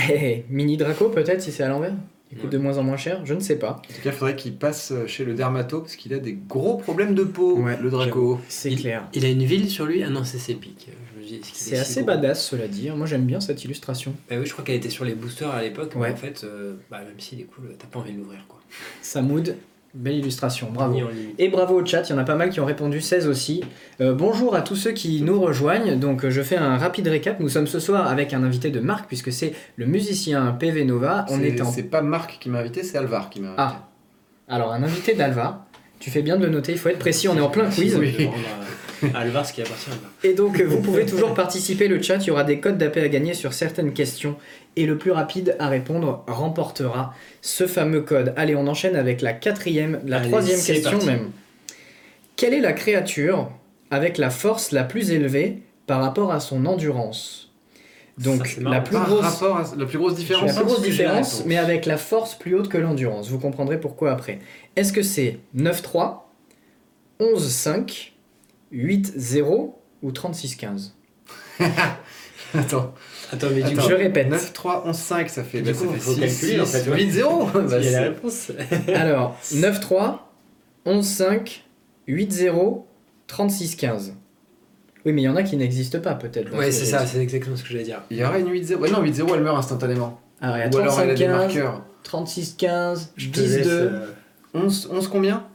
A: Hé, hé, mini Draco peut-être si c'est à l'envers Il coûte
B: Ouais.
A: de moins en moins cher, je ne sais pas.
C: En tout cas, il faudrait qu'il passe euh, chez le dermato parce qu'il a des gros problèmes de peau,
A: Ouais,
C: le Draco.
A: C'est
B: Il-
A: clair.
B: Il a une ville sur lui Ah non, c'est Sepik. Je me dis, est-ce qu'il est
A: C'est
B: si
A: assez
B: gros
A: badass cela dit. Moi j'aime bien cette illustration.
B: Bah oui, je crois qu'elle était sur les boosters à l'époque,
A: Ouais.
B: mais en fait, euh, bah, même s'il est cool, t'as pas envie de l'ouvrir quoi.
A: Samoud, belle illustration, bravo.
B: Ni en ligne.
A: Et bravo au chat, il y en a pas mal qui ont répondu, 16 aussi. Euh, bonjour à tous ceux qui nous rejoignent. Donc euh, je fais un rapide récap. Nous sommes ce soir avec un invité de marque puisque c'est le musicien PV Nova. On
C: C'est-
A: est en...
C: C'est pas Marc qui m'a invité, c'est Alvar qui m'a invité.
A: Ah, alors un invité d'Alva. Tu fais bien de le noter, il faut être précis, on est en
B: [LAUGHS]
A: plein
B: Merci
A: quiz.
B: de me rendre à- à Alvar, ce qui appartient à Alvar.
A: Et donc, euh, vous pouvez toujours participer, le chat, il y aura des codes d'AP à gagner sur certaines questions. Et le plus rapide à répondre remportera ce fameux code. Allez, on enchaîne avec la quatrième, la
B: Allez,
A: troisième
B: c'est
A: question
B: parti.
A: même. Quelle est la créature avec la force la plus élevée par rapport à son endurance Donc,
B: Ça, c'est
A: la
B: marrant.
A: plus
C: Par
A: grosse...
C: rapport à la plus grosse différence.
A: La plus grosse
C: c'est que j'ai
A: différence,
C: répondu.
A: mais avec la force plus haute que l'endurance. Vous comprendrez pourquoi après. Est-ce que c'est 9-3, 11-5, 8-0 ou 36-15
C: Attends,
B: Attends, mais du
C: Attends.
A: Je répète.
C: [LAUGHS] 9, 3, 11, 5, ça fait,
B: Du
C: bah,
B: coup,
C: ça fait
B: faut
C: 6,
B: calculer, en fait, ouais. [LAUGHS]
C: 8, 0
B: coup, il y a la réponse.
A: Alors, 9-3, 11-5, 8-0, 36-15. Oui, mais il y en a qui n'existent pas peut-être. dans
B: Ouais,
A: ce
B: c'est
A: jeu.
B: ça, c'est exactement ce que j'allais dire.
C: Il y aura une 8-0. Ouais, non, 8-0, elle meurt instantanément.
B: Bah,
A: Alors, il y a
C: Ou alors elle a des
A: 35-15,
C: marqueurs.
A: 36-15,
B: Je te
A: 10-2,
B: laisse, euh,
C: 11, 11 combien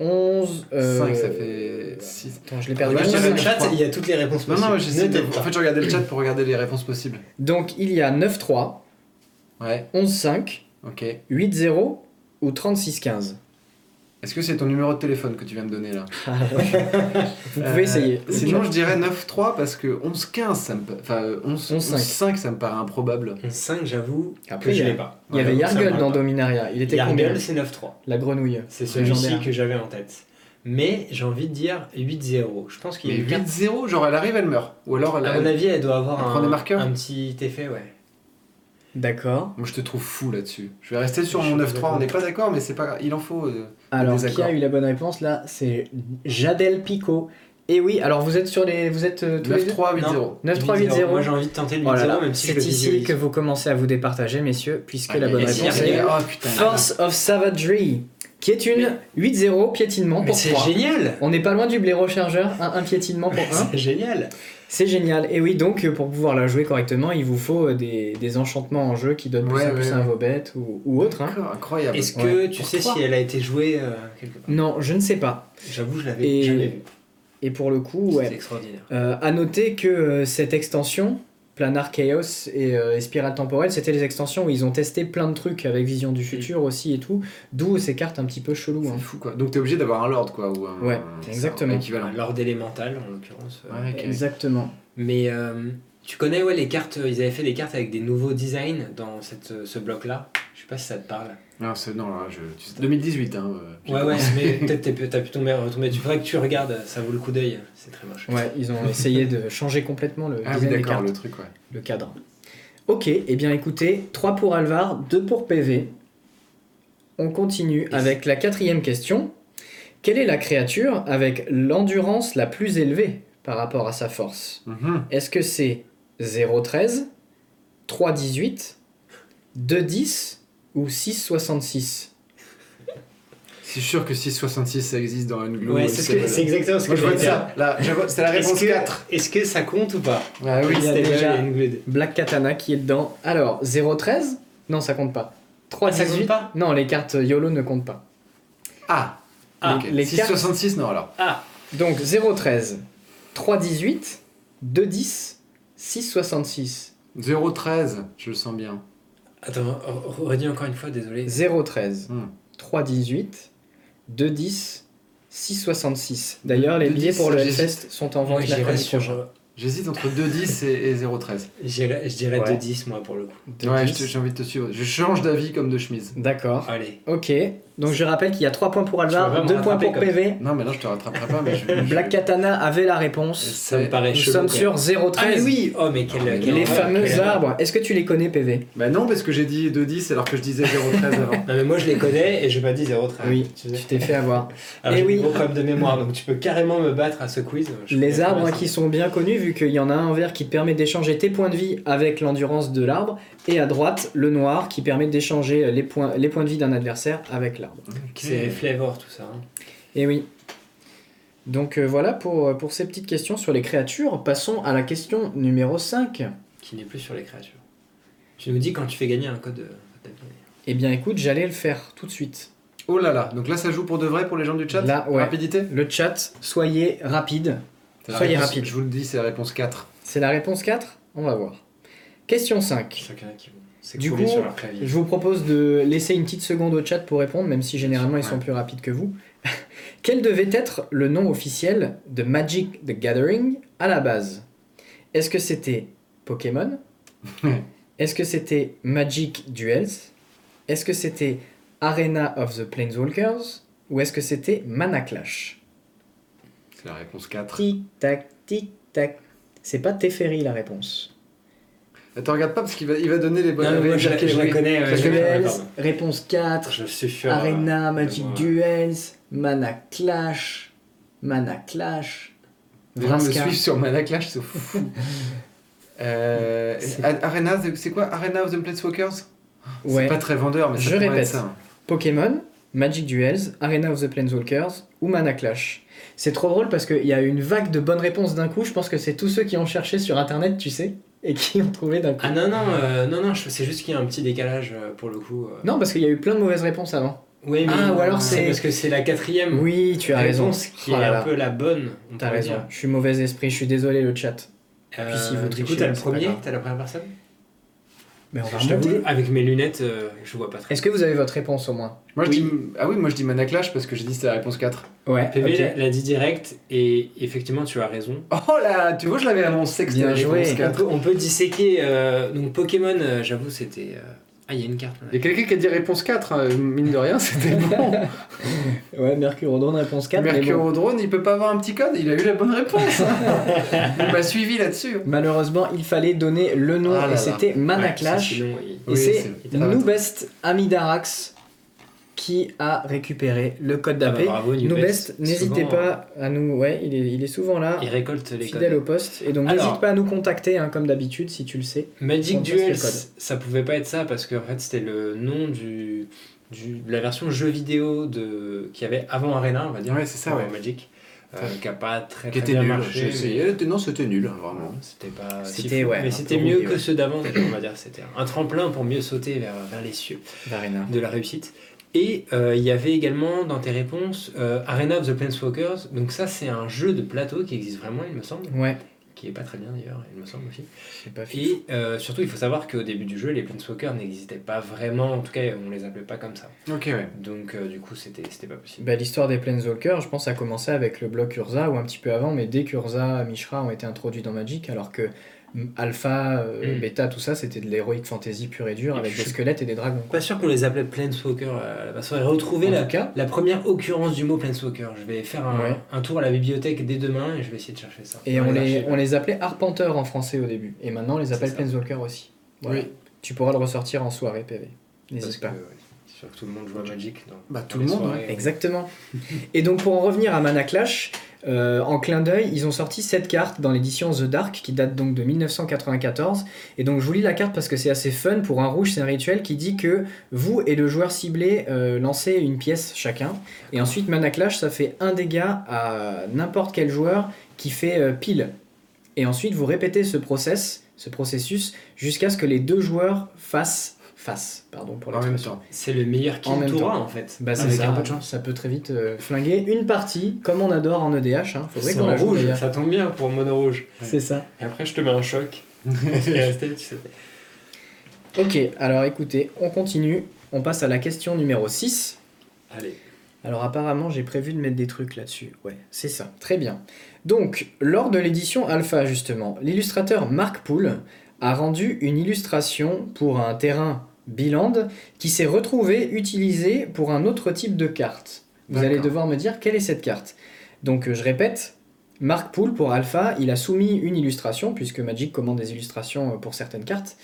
A: 11... euh,
C: 5, ça fait 6.
A: Attends, je l'ai
B: Regarde
A: perdu.
C: Ouais, je dirais
B: le chat,
C: je crois.
B: il y a toutes les réponses
C: Non, non,
B: possibles.
C: mais j'essaie de...
B: Ne t'aide
C: En
B: pas.
C: fait, je regardais le chat pour regarder les réponses possibles.
A: Donc, il y a 9-3,
C: Ouais,
A: 11-5,
C: ok.
A: 8-0 ou 36-15
C: Est-ce que c'est ton numéro de téléphone que tu viens de donner là
A: Vous
B: Euh,
A: pouvez essayer.
C: Sinon, je dirais 9-3 parce que 11-15, ça me... pa- enfin,
A: 11-5.
C: 11-5, ça me paraît improbable.
B: 11-5, j'avoue
A: Après,
B: que je
A: il y a-
B: l'ai pas.
A: Il y avait
B: J'avoue que ça me
A: Yargul
B: parle
A: dans
B: pas.
A: Dominaria. Il était combien
B: Yargul, c'est 9-3.
A: La grenouille.
B: C'est celui-ci
A: Légendaire.
B: que j'avais en tête. Mais j'ai envie de dire 8-0. Je pense qu'il y a
C: Mais
B: une carte
C: 8-0, genre elle arrive, elle meurt. Ou alors elle.
B: À mon
C: elle-
B: avis, elle doit
C: Elle
B: avoir
C: prend
B: un,
C: des marqueurs
B: un petit effet, ouais.
A: D'accord.
C: Moi je te trouve fou là-dessus. Je vais rester sur
B: Je
C: mon
B: suis
C: 9-3, on n'est pas d'accord, mais c'est pas grave. Il en faut. euh,
A: Alors, qui
C: désaccord.
A: a eu la bonne réponse là C'est Jadel Pico. Et oui, alors vous êtes sur les. Vous êtes euh, tous les deux
C: 9-3, 8-0.
A: 9-3-8-0.
B: Moi j'ai envie de tenter le 8-0,
A: Oh là là,
B: même si je
A: C'est
B: le
A: ici
B: visualise.
A: que vous commencez à vous départager, messieurs, puisque la bonne
B: et si,
A: réponse
B: il y
A: est
B: a-
C: Ah putain.
A: Force of Savagery, qui est une 8-0 piétinement
B: Mais
A: pour
B: c'est
A: 3.
B: génial
A: On n'est pas loin du blaireau chargeur, un, un piétinement pour 1.
B: C'est génial
A: C'est génial. Et oui, donc euh, pour pouvoir la jouer correctement, il vous faut euh, des, des enchantements en jeu qui donnent plus
C: Ouais,
A: un plus
C: ouais,
A: un
C: ouais.
A: vos bêtes ou, ou autre. hein.
C: D'accord, incroyable.
B: Est-ce
A: Ouais.
B: que tu
C: Pour
B: sais
C: trois.
B: si elle a été jouée euh, quelque part
A: Non, je ne sais pas.
B: J'avoue, je l'avais
A: Et-
B: jamais vue.
A: Et pour le coup,
B: C'est
A: ouais.
B: extraordinaire.
A: Euh, à noter que euh, cette extension, Planar Chaos et, euh, et Spirale Temporelle, c'était les extensions où ils ont testé plein de trucs avec Vision
C: Mm.
A: du Futur aussi et tout, d'où ces cartes un petit peu cheloues.
C: C'est
A: hein.
C: fou quoi. Donc t'es obligé d'avoir un Lord quoi. Ou un,
A: Ouais,
C: un-
A: exactement.
C: un équivalent.
B: L'ordre élémental en l'occurrence. euh.
C: Ouais, ok.
A: Exactement.
B: Mais euh, tu connais ouais, les cartes, euh, ils avaient fait des cartes avec des nouveaux designs dans cette, euh, ce bloc-là. Je sais pas si ça te parle.
C: Non, c'est. Non, là, je. tu sais- 2018, hein. euh, j'ai
B: Ouais, ouais,
C: commencé.
B: [LAUGHS] mais peut-être t'es pu- t'as pu tomber, retomber. Tu faudrait que tu regardes, ça vaut le coup d'œil. C'est très moche.
A: Ouais, ils
C: [LAUGHS]
A: ont essayé de changer complètement le
C: Ah oui,
A: design des
C: d'accord,
A: cartes,
C: le truc, ouais.
A: le cadre. Ok, et bien écoutez, 3 pour Alvar, 2 pour PV. On continue avec la quatrième question. Quelle est la créature avec l'endurance la plus élevée par rapport à sa force
C: Mhm.
A: Est-ce que c'est 0,13, 3,18, 2,10 ou ou 666
C: C'est sûr que 666 ça existe dans une
B: Ouais, c'est ce que- c'est exactement ce que
C: Moi je
B: je
C: vote
B: voulais dire.
C: ça. Là, je vote- C'est la
B: Est-ce
C: réponse
B: que,
C: 4.
B: est-ce que ça compte ou pas
C: Ah oui.
A: il y a
B: C'était
A: déjà-
B: déjà Ingrid.
A: Black Katana qui est dedans. Alors, 013 Non, ça compte pas. 3
B: Ah, ça compte pas
A: Non, les cartes YOLO ne comptent pas.
C: Ah,
B: Ah,
C: ok.
A: les
C: 666 non alors.
B: Ah,
A: Donc 013 318 210 666
C: 013, je le sens bien.
B: attends, re- redis encore une fois, désolé.
A: 013
C: Hmm.
A: 318 210 666. D'ailleurs, les
C: 210,
A: billets pour le
C: j'hésite.
A: Hellfest sont en
B: Moi,
A: vente
B: j'irais
A: mercredi
B: sur.
A: prochain.
B: euh,
C: J'hésite entre 210 et, et 013.
B: j'irais- Je dirais
A: Ouais.
B: 2-10, moi, pour le coup.
A: 210.
C: Ouais, je te- j'ai envie de te suivre. Je change d'avis comme de chemise.
A: D'accord.
B: Allez.
A: Ok. Donc je rappelle qu'il y a 3 points pour
B: Tu vas
A: Alvar,
B: vraiment
A: 2 points
B: rattraper,
A: pour
B: comme ça.
A: PV.
C: Non, mais là je te rattraperai pas. Mais je, je-
A: Black Katana avait la réponse.
B: Ça me
C: C'est-
B: paraît
A: Nous
B: chelou.
A: sommes
B: quoi.
A: sur
B: Ah, mais
A: 013.
B: oui Oh, mais quel.
C: Ah, mais
B: quel
A: Les
C: Ouais,
B: horreur,
A: fameux
B: quel horreur.
A: arbres. Est-ce que tu les connais, PV
C: Bah non, parce que j'ai dit 210 alors que je disais 013
B: [LAUGHS]
C: avant.
B: Non, mais moi, je les connais et je n'ai pas dit 0,3.
A: Oui,
B: Tu sais.
A: Tu t'es fait avoir.
B: Alors,
A: Eh
B: Ah, j'ai
A: oui.
B: des gros problèmes de mémoire, donc tu peux carrément me battre à ce quiz. Je
A: Les
B: connais pas
A: arbres
B: ça.
A: qui sont bien connus, vu qu'il y en a un en vert qui te permet d'échanger tes points de vie avec l'endurance de l'arbre, et à droite, le noir qui permet d'échanger les points, les points de vie d'un adversaire avec l'arbre.
B: C'est Flavor, tout ça. hein.
A: Et oui. Donc euh, voilà pour, pour ces petites questions sur les créatures. Passons à la question numéro 5.
B: qui n'est plus sur les créatures. Tu nous dis quand tu fais gagner un code. euh, code d'appel.
A: Eh bien écoute, j'allais le faire tout de suite.
C: Oh là là, donc là ça joue pour de vrai pour les gens du chat
A: Là, ouais.
C: Rapidité
A: Le chat, soyez rapide.
C: C'est la
A: Soyez
C: réponse-
A: rapide.
C: Je vous le dis, c'est la réponse 4.
A: C'est la réponse 4 On va voir. Question 5.
B: Chacun qui veut.
A: Du
B: s'écrouler
A: coup,
B: sur leur clavier.
A: Je vous propose de laisser une petite seconde au chat pour répondre, même si généralement ils sont
C: Ouais.
A: plus rapides que vous. [LAUGHS] Quel devait être le nom officiel de Magic the Gathering à la base Est-ce que c'était
B: [LAUGHS]
A: Pokémon Est-ce que c'était Magic Duels Est-ce que c'était Arena of the Planeswalkers Ou est-ce que c'était Mana Clash
C: C'est la réponse 4.
A: Tic tac, tic tac. C'est pas Teferi la réponse.
C: Attends, regarde pas parce qu'il va, il va donner les bonnes
A: euh,
B: Non, mais moi,
C: les
B: je
C: bonnes
B: la- je la
C: catégories.
B: connais, ouais,
C: Parce que-
B: Euh, je la connais.
A: Duels,
B: pardon.
A: réponse 4.
B: Je suis sûr.
A: Arena,
B: euh,
A: Magic
B: de moi.
A: Duels, Mana Clash, Mana Clash.
C: Les gens me
A: Vraska.
C: suivent sur Mana Clash,
A: [LAUGHS]
C: c'est fou. Euh,
A: C'est-
C: A- Arena, c'est- c'est quoi Arena of the Planeswalkers
A: Ouais.
C: C'est pas très vendeur, mais ça
A: Je
C: pourrait
A: répète.
C: être ça. hein.
A: Pokémon, Magic Duels, Arena of the Planeswalkers ou Mana Clash. C'est trop drôle parce qu'il y a eu une vague de bonnes réponses d'un coup. Je pense que c'est tous ceux qui ont cherché sur internet, tu sais, et qui ont trouvé d'un coup.
B: Ah non, non, euh, non, non, je- c'est juste qu'il y a un petit décalage euh, pour le coup. euh.
A: Non, parce qu'il y a eu plein de mauvaises réponses avant.
B: Ouais, mais
A: Ah, ou alors c'est-
B: parce que c'est la quatrième
A: Oui, tu as raison.
B: réponse Hmm. qui
A: Oh
B: est
A: là
B: un
A: là.
B: peu la bonne. on
A: T'as
B: pourrait
A: raison.
B: dire.
A: Je suis mauvais esprit. Je suis désolé, le chat.
B: Euh,
A: Puis si vous
B: du
A: trichez,
B: coup, t'as le
A: c'est pas
B: premier,
A: grave.
B: t'as la première personne
A: Mais on va
B: Je t'avoue,
A: remonter.
B: avec mes lunettes, euh, je vois pas très
A: Est-ce que vous avez votre réponse au moins
C: Moi, je
B: Oui.
C: dis, ah oui, moi je dis Mana Clash parce que j'ai dit c'est la réponse 4.
A: Ouais.
B: PV
A: ok.
B: l'a- l'a dit direct et effectivement, tu as raison.
C: Oh là, tu vois, je l'avais annoncé que c'était
A: Bien
C: la réponse
A: joué.
B: On
C: 4.
B: peut, on peut disséquer. euh, donc Pokémon, euh, j'avoue, c'était. euh, Ah, il y a une carte. là.
C: Il y a quelqu'un qui a dit réponse 4, hein, mine de rien, [LAUGHS] c'était bon.
A: Ouais, Mercurodon réponse 4. mais bon.
C: Mercurodrone, il peut pas avoir un petit code, il a eu la bonne
A: [LAUGHS]
C: réponse. hein. il m'a suivi là-dessus.
A: Malheureusement, il fallait donner le nom
C: Ah là
A: et
C: là.
A: c'était Mana
B: Ouais, ça,
A: Clash.
B: sinon, il-
A: et
C: Oui,
A: c'est
C: c'est- t'as raison.
A: Noubest Amidarax qui a récupéré le code
B: Ah bah,
A: d'AP.
B: bravo, Nubest.
A: Noubest, n'hésitez
B: Souvent, euh,
A: pas à nous. Ouais, il est, il est souvent là,
B: Il récolte les
A: fidèle
B: codes.
A: au poste. Et donc,
B: Alors-
A: n'hésite pas à nous contacter, hein, comme d'habitude, si tu le sais.
B: Magic
A: On teste
B: Duels,
A: les codes.
B: ça pouvait pas être ça parce que en fait, c'était le nom du, du- de la version jeu vidéo de qu'il y avait avant Arena, on va dire.
C: Ah Ouais, c'est ça,
B: pour
C: ouais.
B: Magic, euh,
C: Ouais.
B: qui a pas très,
C: Qui
B: très
C: était
B: bien
C: nul,
B: marché.
C: j'ai essayé. Non, c'était nul, hein,
B: mais-
C: vraiment.
B: C'était pas. si
A: C'était,
B: fou.
A: ouais, un
B: Mais c'était
A: peu
B: mieux
A: rouillé,
B: que
A: ouais.
B: ceux d'avant, on va dire. C'était un tremplin pour mieux sauter vers, vers les cieux.
A: Varena.
B: de la réussite. Et euh, il y avait également dans tes réponses euh, Arena of the Planeswalkers. Donc ça, c'est un jeu de plateau qui existe vraiment, il me semble,
A: Ouais,
B: qui est pas très bien d'ailleurs, il me semble aussi.
A: c'est pas fini.
B: Et euh, surtout, il faut savoir qu'au début du jeu, les Planeswalkers n'existaient pas vraiment. En tout cas, on les appelait pas comme ça.
C: Ok, ouais.
B: Donc euh, du coup, c'était c'était pas possible.
A: Bah, L'histoire des Planeswalkers, je pense, a commencé avec le bloc Urza ou un petit peu avant, mais dès qu'Urza, Mishra ont été introduits dans Magic, alors que mm, Alpha, euh,
B: Mm.
A: Beta, tout ça, c'était de l'heroic fantasy pur et dur
B: Et
A: avec
B: puis
A: des
B: je-
A: squelettes et des dragons.
B: Pas sûr qu'on les appelait Planeswalkers euh, à la base. Faudrait retrouver
A: En
B: la,
A: tout cas,
B: la première occurrence du mot Planeswalker. Je vais faire un,
A: Ouais.
B: un tour à la bibliothèque dès demain et je vais essayer de chercher ça.
A: Et
B: Dans
A: on les,
B: archives.
A: on les appelait arpenteurs en français au début. Et maintenant, on les appelle
B: ça.
A: planeswalkers aussi. Voilà.
C: Oui.
A: Tu pourras le ressortir en soirée, PV.
B: Parce
A: N'hésite
B: que,
A: pas.
B: ouais, c'est sûr que tout le monde joue à Magic. dans-
A: hein.
C: Bah,
B: dans
C: tout
B: les euh,
C: le monde,
B: soirées.
A: Exactement. Et donc, pour en revenir à Mana Clash, euh, en clin d'œil, ils ont sorti cette carte dans l'édition The Dark qui date donc de 1994. Et donc je vous lis la carte parce que c'est assez fun. Pour un rouge, c'est un rituel qui dit que vous et le joueur ciblé euh, lancez une pièce chacun. Et ensuite, Mana Clash, ça fait un dégât à n'importe quel joueur qui fait euh, pile. Et ensuite, vous répétez ce process, ce processus, jusqu'à ce que les deux joueurs fassent face. Pardon pour
C: en même
A: l'expression.
C: temps.
B: C'est le meilleur qui
A: En même
B: tournoi
A: temps.
B: en fait.
A: Bah, c'est
C: Avec
A: ça,
C: un peu de chance.
A: ça peut très vite euh, flinguer une partie, comme on adore en EDH. Hein. Faudrait
B: C'est
A: qu'on
B: en
A: la joue
B: rouge,
A: d'ailleurs.
B: ça tombe bien pour Mono Rouge.
A: C'est ça.
B: Et après, je te mets un [LAUGHS] choc. Tu es resté, tu sais.
A: Ok, alors écoutez, on continue. On passe à la question numéro 6.
B: Allez.
A: Alors apparemment, j'ai prévu de mettre des trucs là-dessus. Ouais, c'est ça. Très bien. Donc, lors de l'édition Alpha, justement, l'illustrateur Marc Poul a rendu une illustration pour un terrain Biland qui s'est retrouvé utilisé pour un autre type de carte. Vous allez
C: D'accord.
A: devoir me dire quelle est cette carte. Donc, euh, je répète, Marc Poul pour Alpha, il a soumis une illustration, puisque Magic commande des illustrations euh, pour certaines cartes,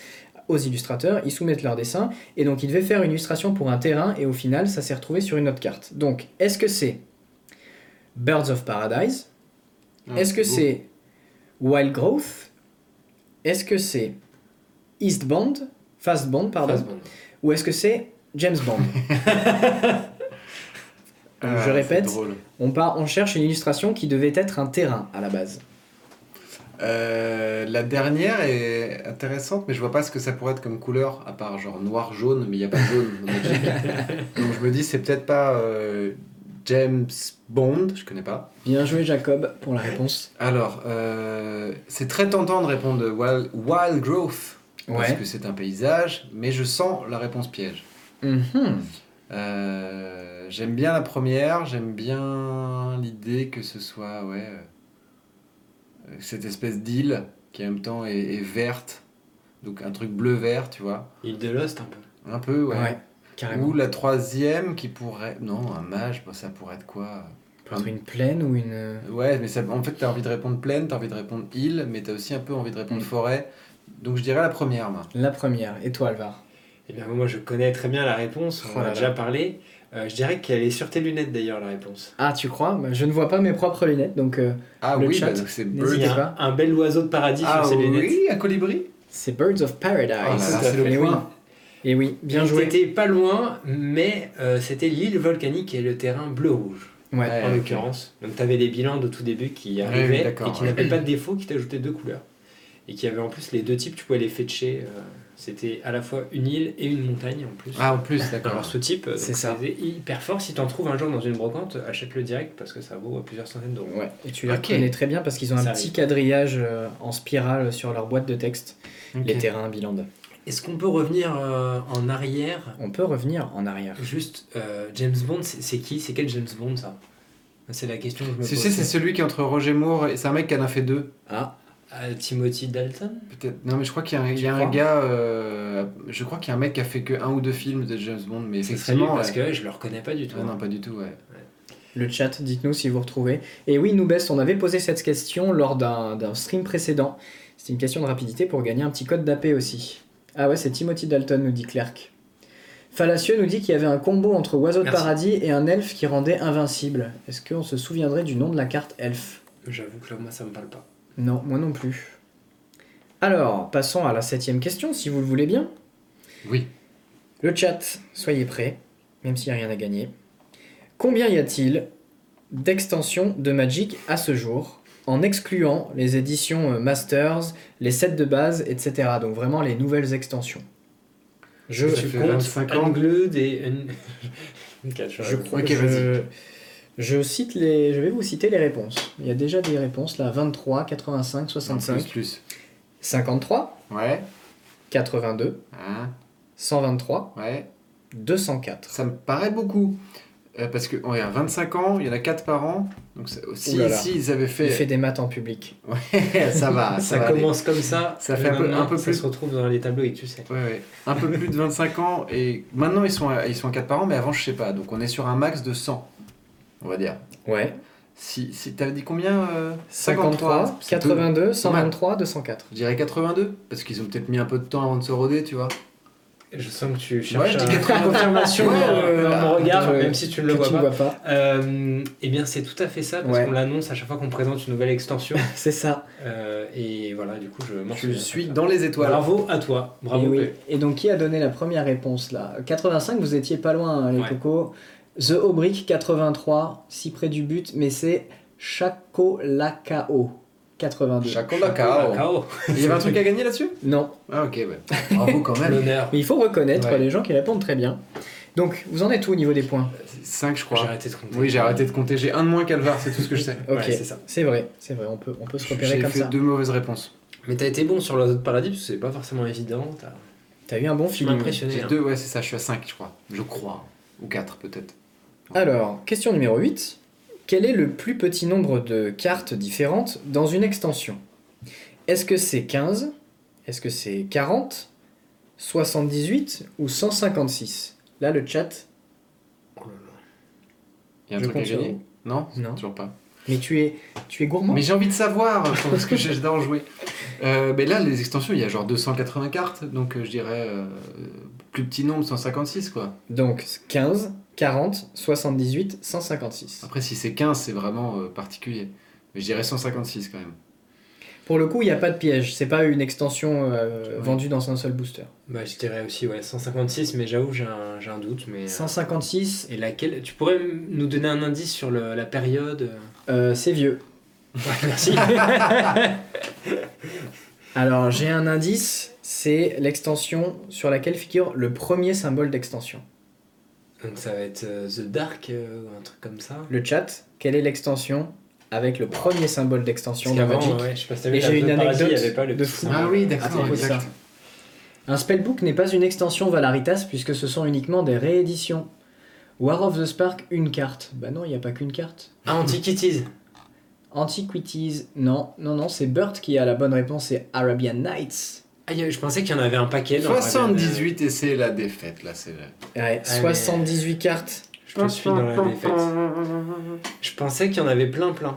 A: aux illustrateurs, ils soumettent leur dessin, et donc il devait faire une illustration pour un terrain, et au final, ça s'est retrouvé sur une autre carte. Donc, est-ce que c'est Birds of Paradise
C: Ah,
A: Est-ce que
C: beau.
A: c'est Wild Growth Est-ce que c'est East Band Fast Band, pardon
B: Face bande.
A: Ou est-ce que c'est James [LAUGHS] Bond
C: Ah,
A: je
C: c'est
A: répète.
C: drôle.
A: on, part, on cherche une illustration qui devait être un terrain à la base.
C: Euh, la dernière est intéressante, mais je vois pas ce que ça pourrait être comme couleur, à part genre noir, jaune, mais il n'y a pas de jaune. dans Magic. Donc je me dis, c'est peut-être pas euh, James Bond, je connais pas.
A: Bien joué Jacob pour la réponse.
C: Alors, euh, c'est très tentant de répondre Wild, wild Growth, parce que c'est un paysage, mais je sens la réponse piège.
A: Mhm.
C: Euh, j'aime bien la première, j'aime bien l'idée que ce soit, ouais, euh, cette espèce d'île qui en même temps est, est verte, donc un truc bleu-vert, tu vois,
B: Il de Lost un peu.
C: un peu, ouais.
A: Ouais, carrément.
C: Ou la troisième qui pourrait, non, un mage, bon, ça pourrait être quoi
A: Prendre une plaine ou une. euh,
C: Ouais, mais ça, en fait, t'as envie de répondre plaine, t'as envie de répondre île, mais t'as aussi un peu envie de répondre
A: Mm.
C: forêt. Donc je dirais la première, moi.
A: La première, et toi Alvar
B: Eh bien, moi, je connais très bien la réponse.
A: Oh
B: On en
A: là
B: a
A: là.
B: déjà parlé. Euh, je dirais qu'elle est sur tes lunettes, d'ailleurs, la réponse.
A: Ah, tu crois Bah, Je ne vois pas mes propres lunettes, donc euh,
C: Ah
A: Le
C: oui,
A: chat,
C: bah, donc c'est
A: n'hésitez
B: Il y
C: Bird.
A: sais
B: a
A: pas.
B: un, un bel oiseau de paradis
C: Ah
B: sur ses lunettes.
C: oui, un colibri
A: c'est Birds of
C: Ah
A: Paradise.
C: là là,
B: c'est
C: c'est le
A: Et oui.
C: point.
A: Et oui, bien
B: Il
A: joué.
B: était pas loin, mais euh, c'était l'île volcanique et le terrain bleu-rouge,
A: Ouais.
C: Ouais,
B: en
C: ok.
B: l'occurrence. Donc, tu avais des bilans de tout début qui
C: Ouais, oui,
B: arrivaient
C: d'accord,
B: et qui
C: ouais.
B: n'avaient pas de défaut, qui t'ajoutaient deux couleurs. Et qui avaient en plus les deux types, tu pouvais les fetcher. euh, c'était à la fois une île et une montagne, en plus.
C: Ah, en plus, d'accord.
B: Alors ce type, euh, donc,
A: C'est ça.
B: c'est hyper fort. Si t'en trouves un jour dans une brocante, achète-le direct parce que ça vaut plusieurs centaines d'euros.
A: Ouais. Et tu les
C: Ok.
A: connais très bien parce qu'ils ont un
B: Ça
A: petit
B: arrive.
A: quadrillage euh, en spirale sur leur boîte de texte,
C: Ok.
A: les terrains Biland.
B: Est-ce qu'on peut revenir euh, en arrière
A: On peut revenir en arrière.
B: Juste, euh, James Bond, c'est c'est qui C'est quel James Bond ça C'est la question que je me
C: Tu
B: pose.
C: sais, c'est celui qui est entre Roger Moore et c'est un mec qui en a fait deux.
A: Ah,
B: Ah, Timothy Dalton
C: Peut-être. Non, mais je crois qu'il y a un, il
A: Tu
C: y a un
A: crois
C: gars. euh, je crois qu'il y a un mec qui a fait que un ou deux films de James Bond, mais
B: C'est très bien
C: effectivement.
B: parce
C: ouais.
B: que ouais, Ah, je le reconnais pas du tout.
C: Ouais, non, pas du tout, ouais.
A: le chat, dites-nous si vous retrouvez. Et oui, Noubest, on avait posé cette question lors d'un d'un stream précédent. C'était une question de rapidité pour gagner un petit code d'AP aussi. Ah ouais, c'est Timothy Dalton, nous dit Clerc. Fallacieux nous dit qu'il y avait un combo entre Oiseau de
B: Merci.
A: Paradis et un elfe qui rendait invincible. Est-ce qu'on se souviendrait du nom de la carte elfe
B: J'avoue que là, moi, ça me parle pas.
A: Non, moi non plus. Alors, passons à la septième question, si vous le voulez bien.
C: Oui.
A: Le chat, soyez prêts, même s'il n'y a rien à gagner. Combien y a-t-il d'extensions de Magic à ce jour, en excluant les éditions euh, Masters, les sets de base, etc. Donc vraiment les nouvelles extensions. Je,
C: Ça
B: tu
C: fait
B: comptes
C: 25 ans.
B: Unglued et. [LAUGHS] Un... Ok, je-
A: je crois
C: Ok,
A: que je,
C: vas-y.
A: je cite les, je vais vous citer les réponses. Il y a déjà des réponses là 23, 85,
C: Plus,
A: 65,
C: plus.
A: 53,
C: Ouais.
A: 82,
C: Hein,
A: 123,
C: ouais.
A: 204.
C: Ça me paraît beaucoup. Euh, parce que, ouais, à 25 ans, il y en a 4 par an. Donc, c'est- si,
A: Ouh là là.
C: si ils avaient fait.
A: Il fait des maths en public.
C: [LAUGHS]
A: [LAUGHS]
C: ça va, ça,
B: Ah, Ça
C: va aller.
B: commence comme ça.
C: Ça
B: le
C: fait un peu-
B: lendemain,
C: un peu
B: Ça
C: plus.
B: se retrouve dans les tableaux et tu sais.
C: Ouais, ouais. Un peu plus de 25 ans. Et maintenant, ils sont, à, ils sont à 4 par an, mais avant, je sais pas. Donc, on est sur un max de 100, on va dire.
A: Ouais.
C: Si, si t'avais dit combien euh,
A: 53,
C: c'est peu.
A: 82, 123, 204.
C: Je dirais 82, parce qu'ils ont peut-être mis un peu de temps avant de se roder, tu vois.
B: Je sens que tu cherches
C: Ouais, je dis
B: un-
C: quatre-
B: une confirmation
C: Ouais,
B: euh,
C: euh,
B: dans mon regard,
A: euh,
B: même si tu ne
A: que
B: le vois
A: tu ne
B: pas.
A: vois pas.
B: Euh, eh bien, c'est tout à fait ça, parce
A: Ouais.
B: qu'on l'annonce à chaque fois qu'on présente une nouvelle extension. [LAUGHS]
A: C'est ça.
B: Euh, et voilà, du coup, je m'en
C: Je
B: souviens.
C: suis dans les étoiles.
B: Bravo à toi. Bravo.
A: et, oui.
B: Pépé.
A: Et donc qui a donné la première réponse là 85, vous étiez pas loin hein, les
B: Ouais.
A: cocos. The Obrick 83, si près du but, mais c'est Chacolacao 82.
C: Chacolacao.
B: Cacao.
C: Il y avait un truc à gagner là-dessus
A: Non,
C: Ah ok, ouais. Bravo quand même.
B: L'honneur.
A: mais il faut reconnaître
C: Ouais.
A: les gens qui répondent très bien. Donc vous en êtes où au niveau des points
C: 5 je
B: J'ai
C: crois.
B: arrêté de compter.
C: Oui, j'ai arrêté de compter. J'ai un de moins qu'Alvar, c'est tout ce que je sais.
A: Ok,
B: Ouais, c'est ça.
A: c'est vrai, c'est vrai, on peut, on peut se repérer
C: J'ai
A: comme
C: fait
A: ça.
C: deux mauvaises réponses.
B: Mais t'as été bon sur les autres paradis, parce que c'est pas forcément évident. T'as
A: T'as eu un bon
B: tu m'as
A: feeling.
B: impressionné.
C: J'ai
B: hein.
C: deux, ouais, c'est ça, je suis à 5 je crois. Je crois. Ou 4 peut-être.
A: Alors, question numéro 8. Quel est le plus petit nombre de cartes différentes dans une extension Est-ce que c'est 15 Est-ce que c'est 40 78 ou 156 Là, le chat,
B: Oh là là.
C: Il y a un
A: je
C: truc à
A: compte sur
C: gagner
A: vous.
C: Non
A: Non.
C: Toujours pas.
A: Mais tu es, tu es gourmand
C: Mais j'ai envie de savoir, [LAUGHS] parce que j'adore jouer. Euh, mais là, les extensions, il y a genre 280 cartes, donc euh, je dirais euh, plus petit nombre, 156 quoi.
A: Donc, 15, 40, 78, 156.
C: Après, si c'est 15, c'est vraiment euh, particulier. Mais je dirais 156 quand même.
A: Pour le coup, il n'y a pas de piège. C'est pas une extension euh,
C: Ouais.
A: vendue dans un seul booster.
B: Bah, je dirais aussi ouais, 156, mais j'avoue, j'ai un, j'ai un doute. Mais, euh,
A: 156,
B: Et laquelle Tu pourrais m- nous donner un indice sur le- la période euh
A: euh, c'est vieux.
B: Ouais, Merci.
A: [LAUGHS] Alors, j'ai un indice, c'est l'extension sur laquelle figure le premier symbole d'extension.
B: Donc ça va être euh, The Dark euh, ou un truc comme ça.
A: Le chat, quelle est l'extension avec le premier symbole d'extension
B: Parce
A: de
B: qu'avant,
A: Magic
B: ouais, je sais pas si t'as
A: Et
B: vu, la
A: j'ai une
B: Zone Paradis, il y
A: anecdote
B: avait pas le
A: de
B: petit
A: fou.
B: symbole.
C: Ah oui, d'accord,
B: Ah,
A: c'est
C: exact.
A: ça. Un spellbook n'est pas une extension Valaritas puisque ce sont uniquement des rééditions. War of the Spark, une carte. Bah non, il n'y a pas qu'une carte.
B: Ah, Antiquities.
A: Antiquities, non, non, non, c'est Burt qui a la bonne réponse, c'est Arabian Nights.
B: Ah, il y a- je pensais qu'il y en avait un paquet. dans la- euh,
C: 78 et c'est la défaite là, c'est vrai.
A: Ouais,
B: Ah,
A: 78 cartes.
B: Je te suis dans la défaite. Je pensais qu'il y en avait plein, plein.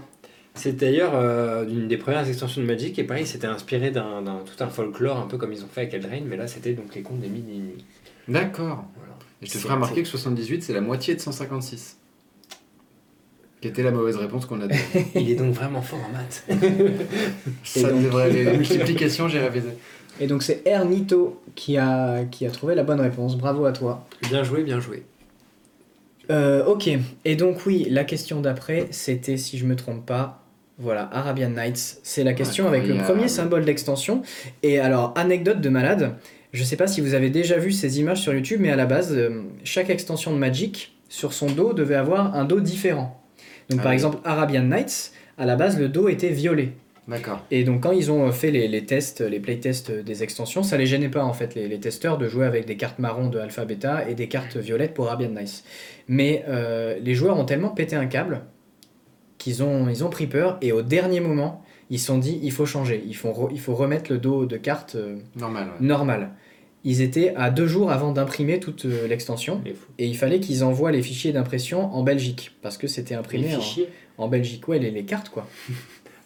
B: C'est d'ailleurs euh, une des premières extensions de Magic, et pareil, c'était inspiré d'un d'un- tout un folklore, un peu comme ils ont fait avec Eldraine, mais là c'était donc les contes des mini.
C: D'accord.
B: Voilà.
C: Et je te
B: C'est-
C: ferai remarquer que 78, c'est la moitié de 156. Qui était la mauvaise réponse qu'on [LAUGHS] a donnée.
B: Il est donc vraiment fort en maths.
C: Ça
A: donc-
C: [LAUGHS] devrait aller. Les multiplications, j'ai révisé.
A: Et donc c'est Ernito qui a, qui a trouvé la bonne réponse, bravo à toi.
B: Bien joué, bien joué.
A: Euh, ok, et donc oui, la question d'après, c'était, si je me trompe pas, voilà, Arabian Nights, c'est la question avec le
C: Incroyable.
A: premier symbole d'extension. Et alors, anecdote de malade, je sais pas si vous avez déjà vu ces images sur YouTube, mais à la base, euh, chaque extension de Magic, sur son dos, devait avoir un dos différent. Donc
C: Ah
A: par
C: oui.
A: exemple, Arabian Nights, à la base, le dos était violet.
C: D'accord.
A: Et donc quand ils ont euh, fait les, les tests, les playtests des extensions, ça les gênait pas en fait les, les testeurs de jouer avec des cartes marron de Alpha Beta et des cartes violettes pour Arabian Nice. Mais euh, les joueurs ont tellement pété un câble qu'ils ont, ils ont pris peur et au dernier moment, ils se sont dit il faut changer, il faut, re- il faut remettre le dos de carte euh,
C: Normal, ouais.
A: normal. Ils étaient à deux jours avant d'imprimer toute euh, l'extension
B: Il est fou.
A: et il fallait qu'ils envoient les fichiers d'impression en Belgique parce que c'était
B: Les
C: hein.
A: imprimé en,
B: fichiers,
A: en Belgique, ouais les, les cartes quoi.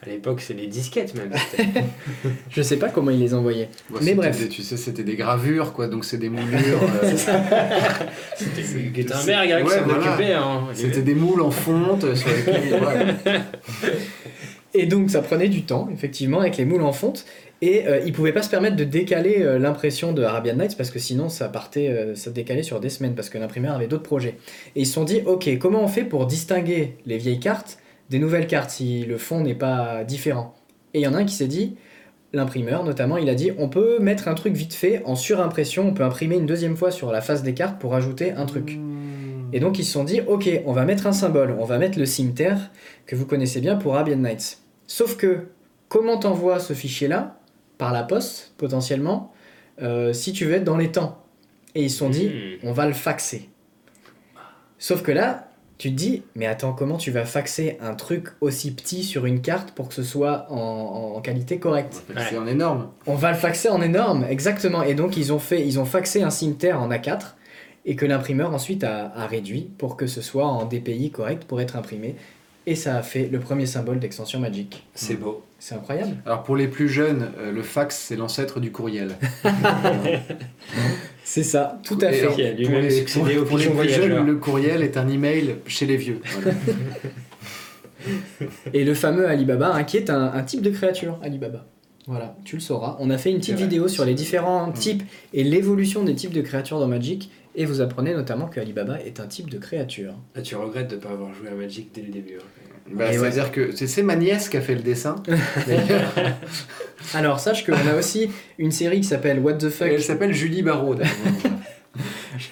B: à l'époque, c'est les disquettes
C: [LAUGHS]
B: même.
A: Je sais pas comment ils les envoyaient. Mais
C: Ouais, c'était
A: bref.
C: des- tu sais, c'était des gravures, quoi, donc c'est
A: [LAUGHS]
C: des moulures. euh,
B: C'était
C: C'est-
B: Gutenberg avec
C: Ouais,
B: son
C: voilà.
B: occupé. hein.
C: C'était des moules en fonte euh, sur lesquels. ouais.
A: Et donc ça prenait du temps, effectivement, avec les moules en fonte. Et euh, ils pouvaient pas se permettre de décaler euh, l'impression de Arabian Nights parce que sinon ça partait, euh, ça décalait sur des semaines parce que l'imprimeur avait d'autres projets. Et ils se sont dit, ok, comment on fait pour distinguer les vieilles cartes des nouvelles cartes si le fond n'est pas différent Et il y en a un qui s'est dit, l'imprimeur notamment, il a dit, on peut mettre un truc vite fait en surimpression, on peut imprimer une deuxième fois sur la face des cartes pour ajouter [LAUGHS] un truc. Et donc ils se sont dit, ok, on va mettre un symbole, on va mettre le cimetière que vous connaissez bien pour Arabian Nights. Sauf que, comment t'envoies ce fichier-là Par la poste, potentiellement, euh, si tu veux être dans les temps. Et ils se sont dit,
B: Hmm.
A: on va le faxer. Sauf que là, tu te dis, mais attends, comment tu vas faxer un truc aussi petit sur une carte pour que ce soit en- en qualité correcte
B: Ouais.
C: C'est en énorme.
A: on va le faxer en énorme, exactement. Et donc ils ont fait, ils ont faxé un cimetière en A4 et que l'imprimeur ensuite a, a réduit pour que ce soit en DPI correct pour être imprimé. Et ça a fait le premier symbole d'extension Magic.
B: C'est beau.
A: C'est incroyable.
C: Alors pour les plus jeunes, euh, le fax, c'est l'ancêtre du courriel.
A: C'est ça, [LAUGHS] tout à
C: Et
A: fait.
C: alors,
B: Qui a
C: pour
B: lui-même
C: les,
B: succédé
C: pour-
B: au
C: pour les
B: pigeon
C: plus jeunes,
B: voyageur.
C: le courriel est un email chez les vieux. [LAUGHS] Voilà.
A: Et le fameux Alibaba, hein, qui est un, un type de créature, Alibaba. Voilà, tu le sauras. On a fait une petite
B: C'est vrai.
A: vidéo sur les différents
C: Mm.
A: types et l'évolution des types de créatures dans Magic, et vous apprenez notamment que Alibaba est un type de créature.
B: Ah, tu regrettes de ne pas avoir joué à Magic dès le début. hein.
C: Bah,
A: Et ouais.
C: C'est-à-dire que c'est- c'est ma nièce qui a fait
A: [LAUGHS]
C: le dessin. d'ailleurs.
A: Alors, sache qu'on a aussi une série qui s'appelle What the Fuck,
C: Elle s'appelle Julie Barraud. d'ailleurs.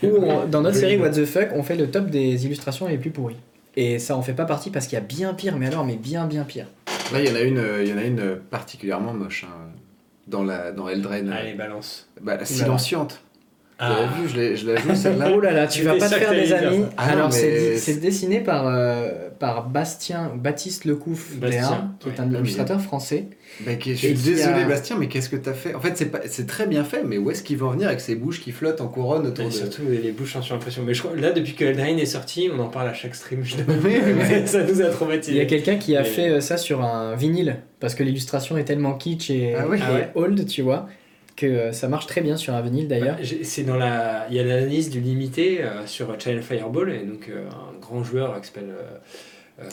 A: où on- dans notre
B: Oui.
A: série What the Fuck, on fait le top des illustrations les plus pourries. Et ça en fait pas partie parce qu'il y a bien pire, mais alors, mais bien, bien pire.
C: Là, il y en a une, euh, il y en a une euh, particulièrement moche hein, dans la dans Eldraine.
B: Allez, balance.
C: Bah, la silenciante.
B: Ah.
C: Vous l'avez vu, je, l'ai- je la joue celle-là.
A: [LAUGHS] Oh là là, tu vas
B: J'étais
A: pas te
B: sûr que
A: faire des
B: t'allais dire
A: amis.
B: ça.
C: Ah non,
A: Alors,
C: mais
A: c'est
C: c'est-
A: c'est dessiné par, euh, par Bastien, Baptiste Lecouf
B: Bastien,
A: Béard, qui est
B: ouais.
A: un illustrateur français.
C: Bah, qui- je suis
A: Et qui
C: désolé
A: a-
C: Bastien, mais qu'est-ce que t'as fait En fait, c'est pas- c'est très bien fait, mais où est-ce qu'ils vont venir avec ces bouches qui flottent en couronne autour
B: Et
C: de
B: surtout les bouches en surimpression. Mais je crois, là, depuis que Eldrain est sorti, on en parle à chaque stream.
C: [LAUGHS]
B: Je dois-
C: Oui, oui,
B: [LAUGHS]
C: oui.
B: ça nous a
A: Il y a
B: traumatisés.
A: quelqu'un qui a
B: Mais-
A: fait euh, ça sur un vinyle, parce que l'illustration est tellement kitsch et,
C: Ah oui.
A: et
B: Ah ouais.
A: old, tu vois, que euh, ça marche très bien sur un vinyle d'ailleurs.
B: Bah, j'ai- C'est dans la, il y a l'analyse du limité euh, sur Channel Fireball et donc euh, un grand joueur qui s'appelle, euh, euh,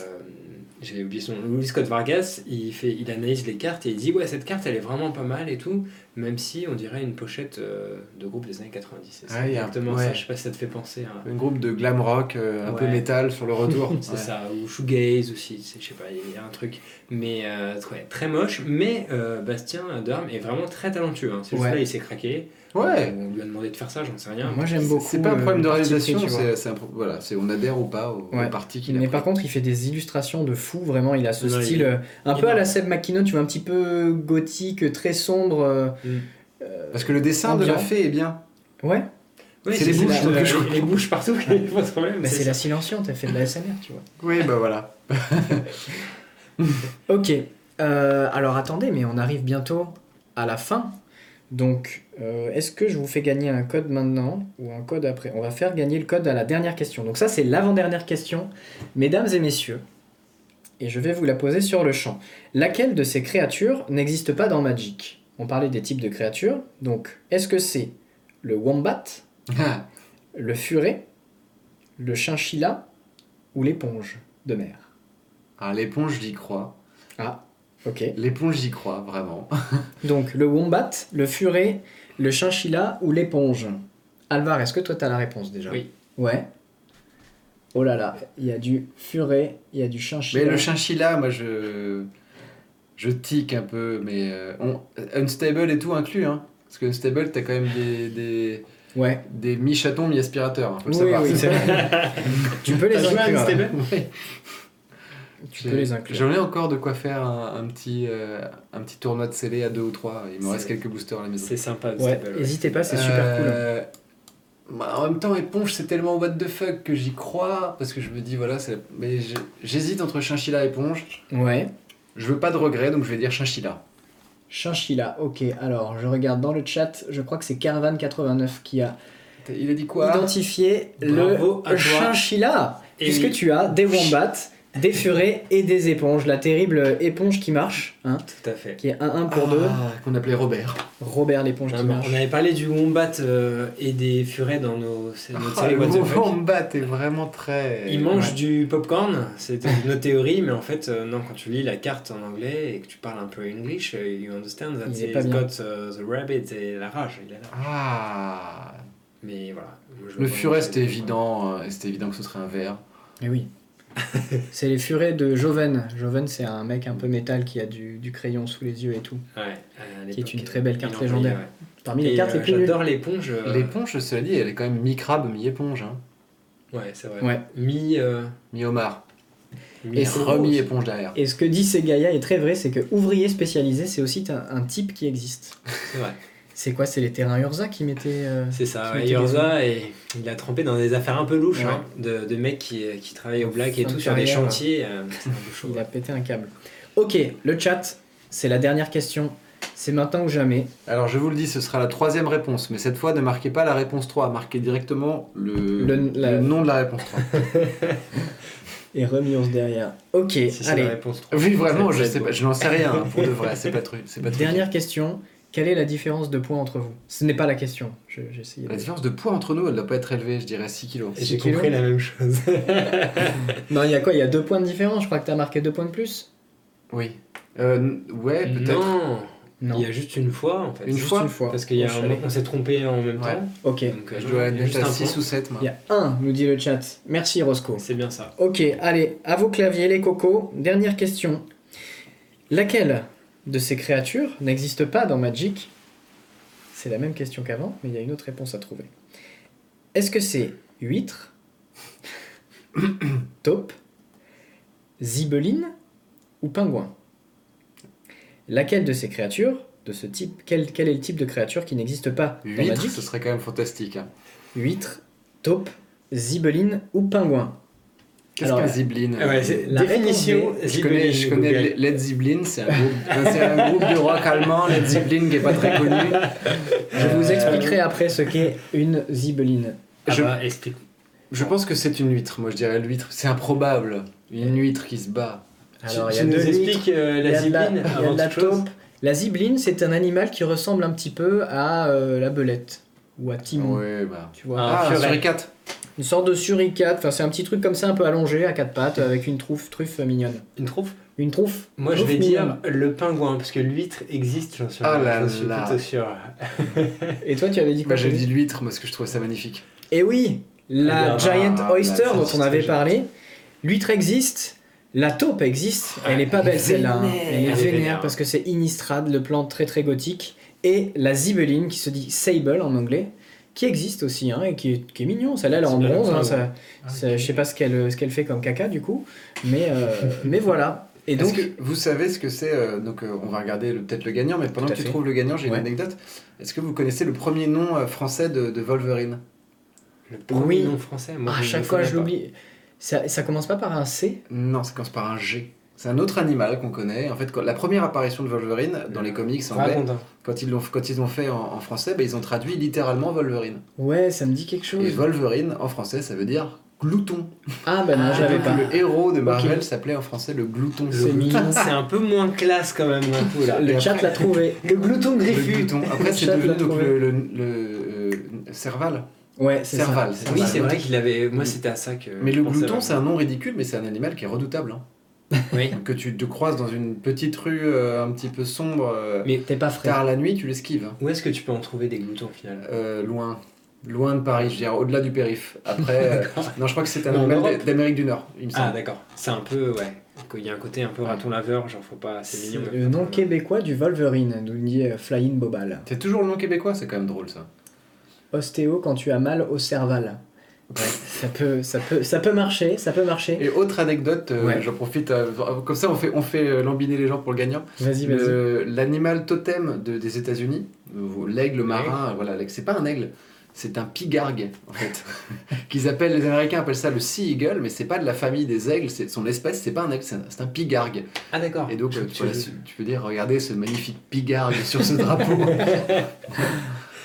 B: j'ai oublié son nom, Louis Scott Vargas. Il fait, il analyse les cartes et il dit ouais cette carte elle est vraiment pas mal et tout, même si on dirait une pochette euh, de groupe des années 90. C'est
C: Ah, il y a-
B: exactement
C: ouais.
B: ça. Je sais pas si ça te fait penser. à...
C: un groupe de glam rock euh, un peu
B: Ouais.
C: métal sur le retour
B: C'est
C: Ouais.
B: ça, ou shoegaze aussi, c'est- je sais pas, il y a un truc. Mais euh, ouais, très moche, mais euh, Bastien Durham est vraiment très talentueux. hein. C'est juste
A: Ouais.
B: là, il s'est craqué. Euh,
C: Ouais.
B: On lui a demandé de faire ça, j'en sais rien.
A: Moi j'aime
C: C'est-
A: beaucoup.
C: C'est pas un
A: euh,
C: problème de
A: le parti
C: réalisation,
A: pris, tu vois.
C: c'est c'est un pro- voilà, c'est on adhère ou pas au, au
A: Ouais.
C: parti qu'il a.
A: Mais
C: pris.
A: par contre, il fait des illustrations de fou, vraiment. Il a ce
B: Non, il-
A: style euh, un peu à
B: énorme.
A: la Seb McKinnon, tu vois, un petit peu gothique, très sombre. euh,
B: Mm.
A: euh,
C: Parce que le dessin de la
A: Ambiant.
C: fée est bien.
A: ouais,
B: Ouais,
C: c'est les bouches,
B: la-
C: donc,
B: la-
C: je
B: les,
C: comprends.
B: bouches partout, il y a pas de problème.
A: mais [LAUGHS] c'est
B: ça.
A: la silenciante, elle fait de la SMR, tu vois.
C: Oui, bah [LAUGHS] voilà.
A: Ok. Euh, alors attendez, mais on arrive bientôt à la fin. Donc, euh, est-ce que je vous fais gagner un code maintenant ou un code après On va faire gagner le code à la dernière question. Donc ça, c'est l'avant-dernière question, mesdames et messieurs. Et je vais vous la poser sur le champ. Laquelle de ces créatures n'existe pas dans Magic On parlait des types de créatures. Donc, est-ce que c'est le wombat,
C: Ah,
A: le furet, le chinchilla ou l'éponge de mer
C: Ah, l'éponge, j'y crois.
A: Ok.
C: L'éponge, j'y crois, vraiment.
A: Donc le wombat, le furet, le chinchilla ou l'éponge Alvar, est-ce que toi t'as la réponse déjà
B: Oui.
A: Ouais. Oh là là, il y a du furet, il y a du
C: Mais
A: chinchilla.
C: le chinchilla, moi, je. Je tique un peu, mais. euh, on- Unstable et tout inclus, hein. Parce que Unstable, t'as quand même des. des...
A: Ouais.
C: Des mi-chatons, mi-aspirateur, hein, faut le
A: Oui,
C: savoir.
A: oui, c'est vrai.
B: [LAUGHS]
A: tu peux
B: T'as
A: les
B: joué à
A: inclure.
B: Unstable
C: [LAUGHS] Ouais.
A: Tu peux les inclure.
C: J'en ai encore de quoi faire un, un petit, euh, un petit tournoi de scellé à deux ou trois. Il me
B: C'est-
C: reste quelques boosters à la maison.
B: C'est sympa,
A: Ouais,
B: Unstable, ouais. Euh,
A: n'hésitez pas, c'est super cool. hein.
C: cool. bah, en même temps, éponge, c'est tellement what the fuck que j'y crois parce que je me dis voilà, c'est- mais je- j'hésite entre chinchilla et éponge.
A: Ouais.
C: Je veux pas de regrets, donc je vais dire chinchilla.
A: Chinchilla, ok. Alors, je regarde dans le chat, je crois que c'est Caravan89 qui a
C: Il a dit quoi
A: identifié
B: Bravo à
A: le
B: toi.
A: chinchilla.
B: Et
A: puisque
B: oui.
A: tu as des wombats, des furets et des éponges. La terrible éponge qui marche, hein,
B: Tout à fait.
A: qui est 1-1 pour
C: Ah,
A: 2.
C: Qu'on appelait Robert.
A: Robert l'éponge
B: Non,
A: qui
B: mais
A: marche.
B: on avait parlé du wombat euh, et des furets dans nos, c'est
A: Ah,
B: notre série What the Fuck.
C: bat est vraiment très.
B: Il mange
C: Ouais.
B: du popcorn, c'était notre théorie, mais en fait, euh, non, quand tu lis la carte en anglais et que tu parles un peu English, euh, you understand that
A: Il est
B: he's
A: pas bien.
B: got euh, the rabbit et la rage, il a la-
C: Ah.
B: Mais voilà. Moi, je
C: Le
B: vois
C: furet,
B: pas
C: c'était
B: le-
C: évident. euh, C'était évident que ce serait un verre.
A: Et Eh
B: [LAUGHS]
A: oui. c'est les furets de Joven. Joven, c'est un mec un peu métal qui a du, du crayon sous les yeux et tout.
B: Ouais, à
A: Qui est une
B: l'époque,
A: très belle carte
B: il en payait,
A: légendaire.
B: ouais.
A: Parmi
B: Et,
A: les cartes
B: euh,
A: les plus nulles.
B: J'adore l'éponge. euh,
C: L'éponge, cela dit, elle est quand même mi-crabe, mi-éponge. hein.
B: Ouais, c'est vrai.
A: Ouais.
B: Mi. euh,
C: Mi-homard.
B: mi-
C: Et
A: c'est-
C: remis-éponge derrière.
A: Et ce que dit Segaya est très vrai, c'est que ouvrier spécialisé, c'est aussi un, un type qui existe.
B: C'est vrai.
A: C'est quoi C'est les terrains Urza qui mettaient. euh,
B: C'est ça,
A: Qui
B: ouais,
A: mettait
B: Yorza, et il a trempé dans des affaires un peu louches,
A: Ouais.
B: hein, de, de mecs qui, euh, qui travaillent au black et
A: Fin de
B: tout sur des
A: carrière,
B: chantiers.
A: [LAUGHS]
B: euh, c'est un peu chaud.
A: Il a pété un câble. Ok, le chat, c'est la dernière question. C'est maintenant ou jamais.
C: Alors je vous le dis, ce sera la troisième réponse, mais cette fois ne marquez pas la réponse 3, marquez directement le,
A: Le- la-
C: le nom de la réponse 3.
A: Et remise derrière. Ok,
B: Si c'est la
A: allez.
B: réponse trois.
C: oui,
B: Ça
C: vraiment, je
B: peut être
C: sais
B: beau.
C: pas, je n'en sais rien, hein, pour de vrai, c'est pas truc. C'est pas truc.
A: Dernière question. Quelle est la différence de points entre vous Ce n'est pas la question. Je- j'ai essayé de-
C: La différence de poids entre nous, elle doit pas être élevée, je dirais 6 kilos.
B: Et
A: Six
B: j'ai compris
A: kilos.
B: la
A: [LAUGHS]
B: même chose.
A: Non, il y a quoi Il y a deux points de différence. Je crois que tu as marqué deux points de plus.
C: Oui. Euh, n- ouais, peut-être.
B: non,
A: Non.
B: il y a juste une fois en fait.
C: Une
A: Juste
C: fois
A: une fois.
B: Parce qu'il y
A: Oh,
B: a
A: je
B: un
A: savais
B: moment on s'est trompé en même
C: Ouais.
B: temps.
A: Ok. Il
B: Donc, euh,
C: Je dois
B: il y a
C: admettre
B: juste
C: à
B: un
C: 6
B: point.
C: ou 7, moi.
A: y a un, nous dit le chat. Merci Roscoe.
B: C'est bien ça.
A: Ok, allez, à vos claviers les cocos. Dernière question. Laquelle de ces créatures n'existe pas dans Magic C'est la même question qu'avant, mais il y a une autre réponse à trouver. Est-ce que c'est huître, [COUGHS] taupe, zibeline ou pingouin Laquelle de ces créatures de ce type, quel, quel est le type de créature qui n'existe pas dans
C: Huître,
A: Magic
C: ce serait quand même fantastique. hein.
A: Huître, taupe, zibeline ou pingouin
C: Qu'est-ce
A: Alors,
C: qu'un
A: la-
C: zibeline
B: Ah ouais, c'est
A: La
B: la définition.
A: réponse
C: Je
B: Zibeline,
C: connais, je connais
B: Google.
C: Led- Led Zeppelin, c'est un, groupe- c'est un groupe de rock allemand, Led Zeppelin, qui est pas très connu.
A: Je vous
B: Euh,
A: expliquerai après ce qu'est une zibeline.
B: Ah
C: Je-
B: bah, explique.
C: Je pense que c'est une huître, moi je dirais l'huître. C'est improbable, une huître qui se bat.
A: Alors,
B: tu,
A: il y a
B: tu nous
A: deux huîtres,
B: expliques euh,
A: il y
B: la
A: a de la-
B: zibeline
A: il y a
B: avant
A: de la
B: toute chose.
A: taupe. La zibeline, c'est un animal qui ressemble un petit peu à euh, la belette ou à Timon.
C: Ouais, bah.
A: Tu vois,
B: Ah,
C: Ah,
B: purée.
C: sur les quatre.
A: une sorte de suricate. Enfin, c'est un petit truc comme ça, un peu allongé, à quatre pattes, avec une truffe, truffe mignonne.
B: Une truffe
A: Une truffe.
B: Moi, je
A: truffe
B: vais
A: mignonne.
B: dire le pingouin, parce que l'huître existe, j'en suis,
C: Ah là
B: j'en suis
C: là.
B: plutôt sûr.
A: Et toi, tu avais dit quoi
C: Bah, j'ai
A: Tony
C: dit l'huître parce que je trouvais ça magnifique.
A: Et Eh oui, la
B: Ah,
A: giant
C: ah,
A: oyster
C: la
A: dont on
C: petite
A: avait
C: giant.
A: parlé, l'huître existe, la taupe existe, elle est pas
C: elle est
A: belle celle-là, hein.
C: vénère.
A: elle est
B: Elle est
A: vénère
B: vénère.
A: parce que c'est Innistrad, le plan très très gothique, et la zibeline qui se dit sable en anglais, qui existe aussi hein, et qui est, qui est mignon, celle-là elle est en
B: C'est bien,
A: bronze, hein,
B: ouais.
A: ça, ça- je sais pas ce qu'elle ce qu'elle fait comme caca du coup, mais, euh, mais voilà. Et
C: Est-ce
A: donc,
C: que vous savez ce que c'est euh, Donc, euh, on va regarder le- peut-être le gagnant, mais pendant
A: Tout
C: que
A: à
C: tu
A: fait.
C: trouves le gagnant, j'ai
A: Ouais.
C: une anecdote. Est-ce que vous connaissez le premier nom euh, français de, de Wolverine
B: Le premier
A: Oui.
B: nom français, moi.
A: à
B: je
A: chaque
B: le
A: fois
B: connais
A: je
B: pas.
A: l'oublie, ça, ça commence pas par un C
C: Non, ça commence par un G. C'est un autre animal qu'on connaît. En fait, quand- la première apparition de Wolverine dans les comics anglais,
B: [LAUGHS] Raconte, hein.
C: quand ils l'ont quand ils ont fait en, en français, bah, ils ont traduit littéralement Wolverine.
A: Ouais, ça me dit quelque
C: Et
A: chose.
C: Wolverine en français, ça veut dire glouton.
A: Ah bah non,
B: Ah,
A: je l'avais pas.
C: Le héros de Marvel s'appelait en français le glouton.
B: Le glouton, c'est un peu moins classe quand même d'un coup
A: [LAUGHS]
B: là.
A: Le chat l'a trouvé.
B: Le glouton
C: Le
B: griffu.
C: glouton.
A: Le
B: [LAUGHS]
C: Après, c'est
A: chat l'a
C: devenu donc
A: trouvé.
C: le, le, le, euh, Serval.
A: Ouais, c'est ça.
C: Serval.
B: Oui,
C: ça,
B: c'est
C: le
B: vrai
C: glouton.
B: qu'il avait. Moi, c'était à ça que.
C: Mais
B: je
C: le
B: pensais
C: glouton, c'est
B: vraiment.
C: un nom ridicule, mais c'est un animal qui est redoutable. hein.
B: Oui.
C: Que tu te croises dans une petite rue euh, un petit peu sombre, euh,
B: Mais
A: T'es pas frais.
C: tard la nuit, tu l'esquives. hein.
B: Où est-ce que tu peux en trouver des gloutons au final
C: Euh, loin. Loin de Paris, je veux dire, au-delà du périph. [LAUGHS] Après, euh, non, je crois que c'est un
B: Non, en
C: animal
B: Europe.
C: d- d'Amérique du Nord, il me
B: Ah,
C: semble.
B: d'accord. C'est un peu, ouais. Il y a un côté un peu raton laveur, j'en faut pas. C'est mignon. mais
A: Le nom
B: pas-
A: québécois du Wolverine, nous dit euh, Flying Bobal.
C: c'est toujours le nom québécois, c'est quand même drôle ça.
A: Ostéo quand tu as mal au cerval. Ouais, [LAUGHS] ça peut, ça peut, ça peut marcher, ça peut marcher.
C: Et autre anecdote, euh,
A: Ouais.
C: j'en profite, euh, comme ça on fait, on fait euh, lambiner les gens pour le gagnant.
A: Vas-y, vas-y.
C: Le- L'animal totem de- des États-Unis, euh, l'aigle marin, voilà, l'aigle- c'est pas un aigle, c'est un pigargue en fait. [LAUGHS] Qu'ils appellent, les Américains appellent ça le sea eagle, mais c'est pas de la famille des aigles, c'est son espèce, c'est pas un aigle, c'est un, c'est un pigargue.
B: Ah, d'accord.
C: Et donc
B: Je-
C: euh,
B: je-
C: tu, vois, là, tu peux dire, regardez ce magnifique pigargue sur ce drapeau.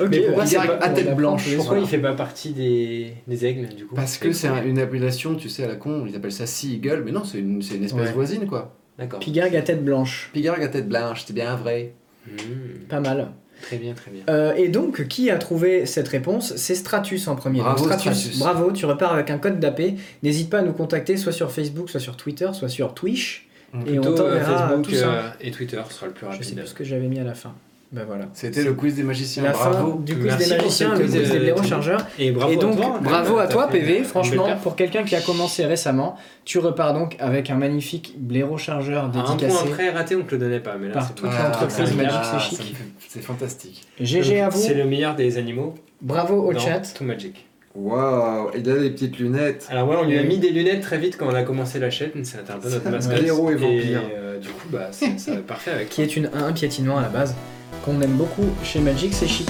A: Ok,
C: mais pourquoi
A: bah,
C: c'est
A: on
C: à
A: apprend
C: tête
A: tous
C: blanche,
A: les
B: Pourquoi
A: soirs.
B: il fait pas partie des, des aigles du coup
C: Parce que c'est un- une appellation, tu sais, à la con, ils appellent ça sea eagle, mais non, c'est une, c'est une espèce
A: Ouais.
C: voisine quoi.
B: D'accord.
A: Pigargue à tête blanche.
C: Pigargue à tête blanche, c'est bien vrai.
B: Mmh.
A: Pas mal.
B: Très bien, très bien.
A: Euh, et donc, qui a trouvé cette réponse C'est Stratus en premier.
C: Bravo,
A: Donc, Stratus,
C: Stratus.
A: Bravo, tu repars avec un code d'AP. N'hésite pas à nous contacter, soit sur Facebook, soit sur Twitter, soit sur Twitch.
C: Mm.
A: Et on
B: Plutôt, euh,
A: t'enverra
B: Facebook
A: tout ça.
B: euh, et Twitter sera le plus
A: Je sais
B: rapide.
A: plus ce que j'avais mis à la fin. Ben voilà.
C: C'était le quiz des magiciens,
A: la
C: bravo.
A: fin du quiz
B: Merci
A: des
B: pour
A: magiciens,
B: ce
A: le
B: quiz,
A: quiz des
B: euh,
A: blaireaux
B: très-
A: chargeurs.
B: Et bravo
A: et donc,
B: à toi.
A: bravo à
B: T'as
A: toi,
B: fait une
A: PV.
B: belle
A: Franchement,
B: perf.
A: pour quelqu'un qui a commencé récemment, tu repars donc avec un magnifique blaireau chargeur
B: À un
A: dédicacé
B: point près raté, on te le donnait pas, mais là
A: par
B: c'est
A: toute
B: bon.
C: Ah,
A: l'entreprise
C: ça me-
A: magique,
C: ah,
A: c'est
C: ça me
A: chic.
C: fait- C'est fantastique.
A: GG à vous,
B: C'est le meilleur des animaux.
A: bravo au
B: dans
A: chat.
B: Tout Magic.
C: Waouh, il a des petites lunettes.
B: Alors ouais, on lui a mis des lunettes très vite quand on a commencé la chaîne. C'était un peu notre mascotte.
C: blaireau et vampire.
B: euh, du coup,
A: [LAUGHS]
B: bah, c'est ça va être parfait avec
A: Qui est une, un piétinement à la base, qu'on aime beaucoup chez Magic, c'est chic.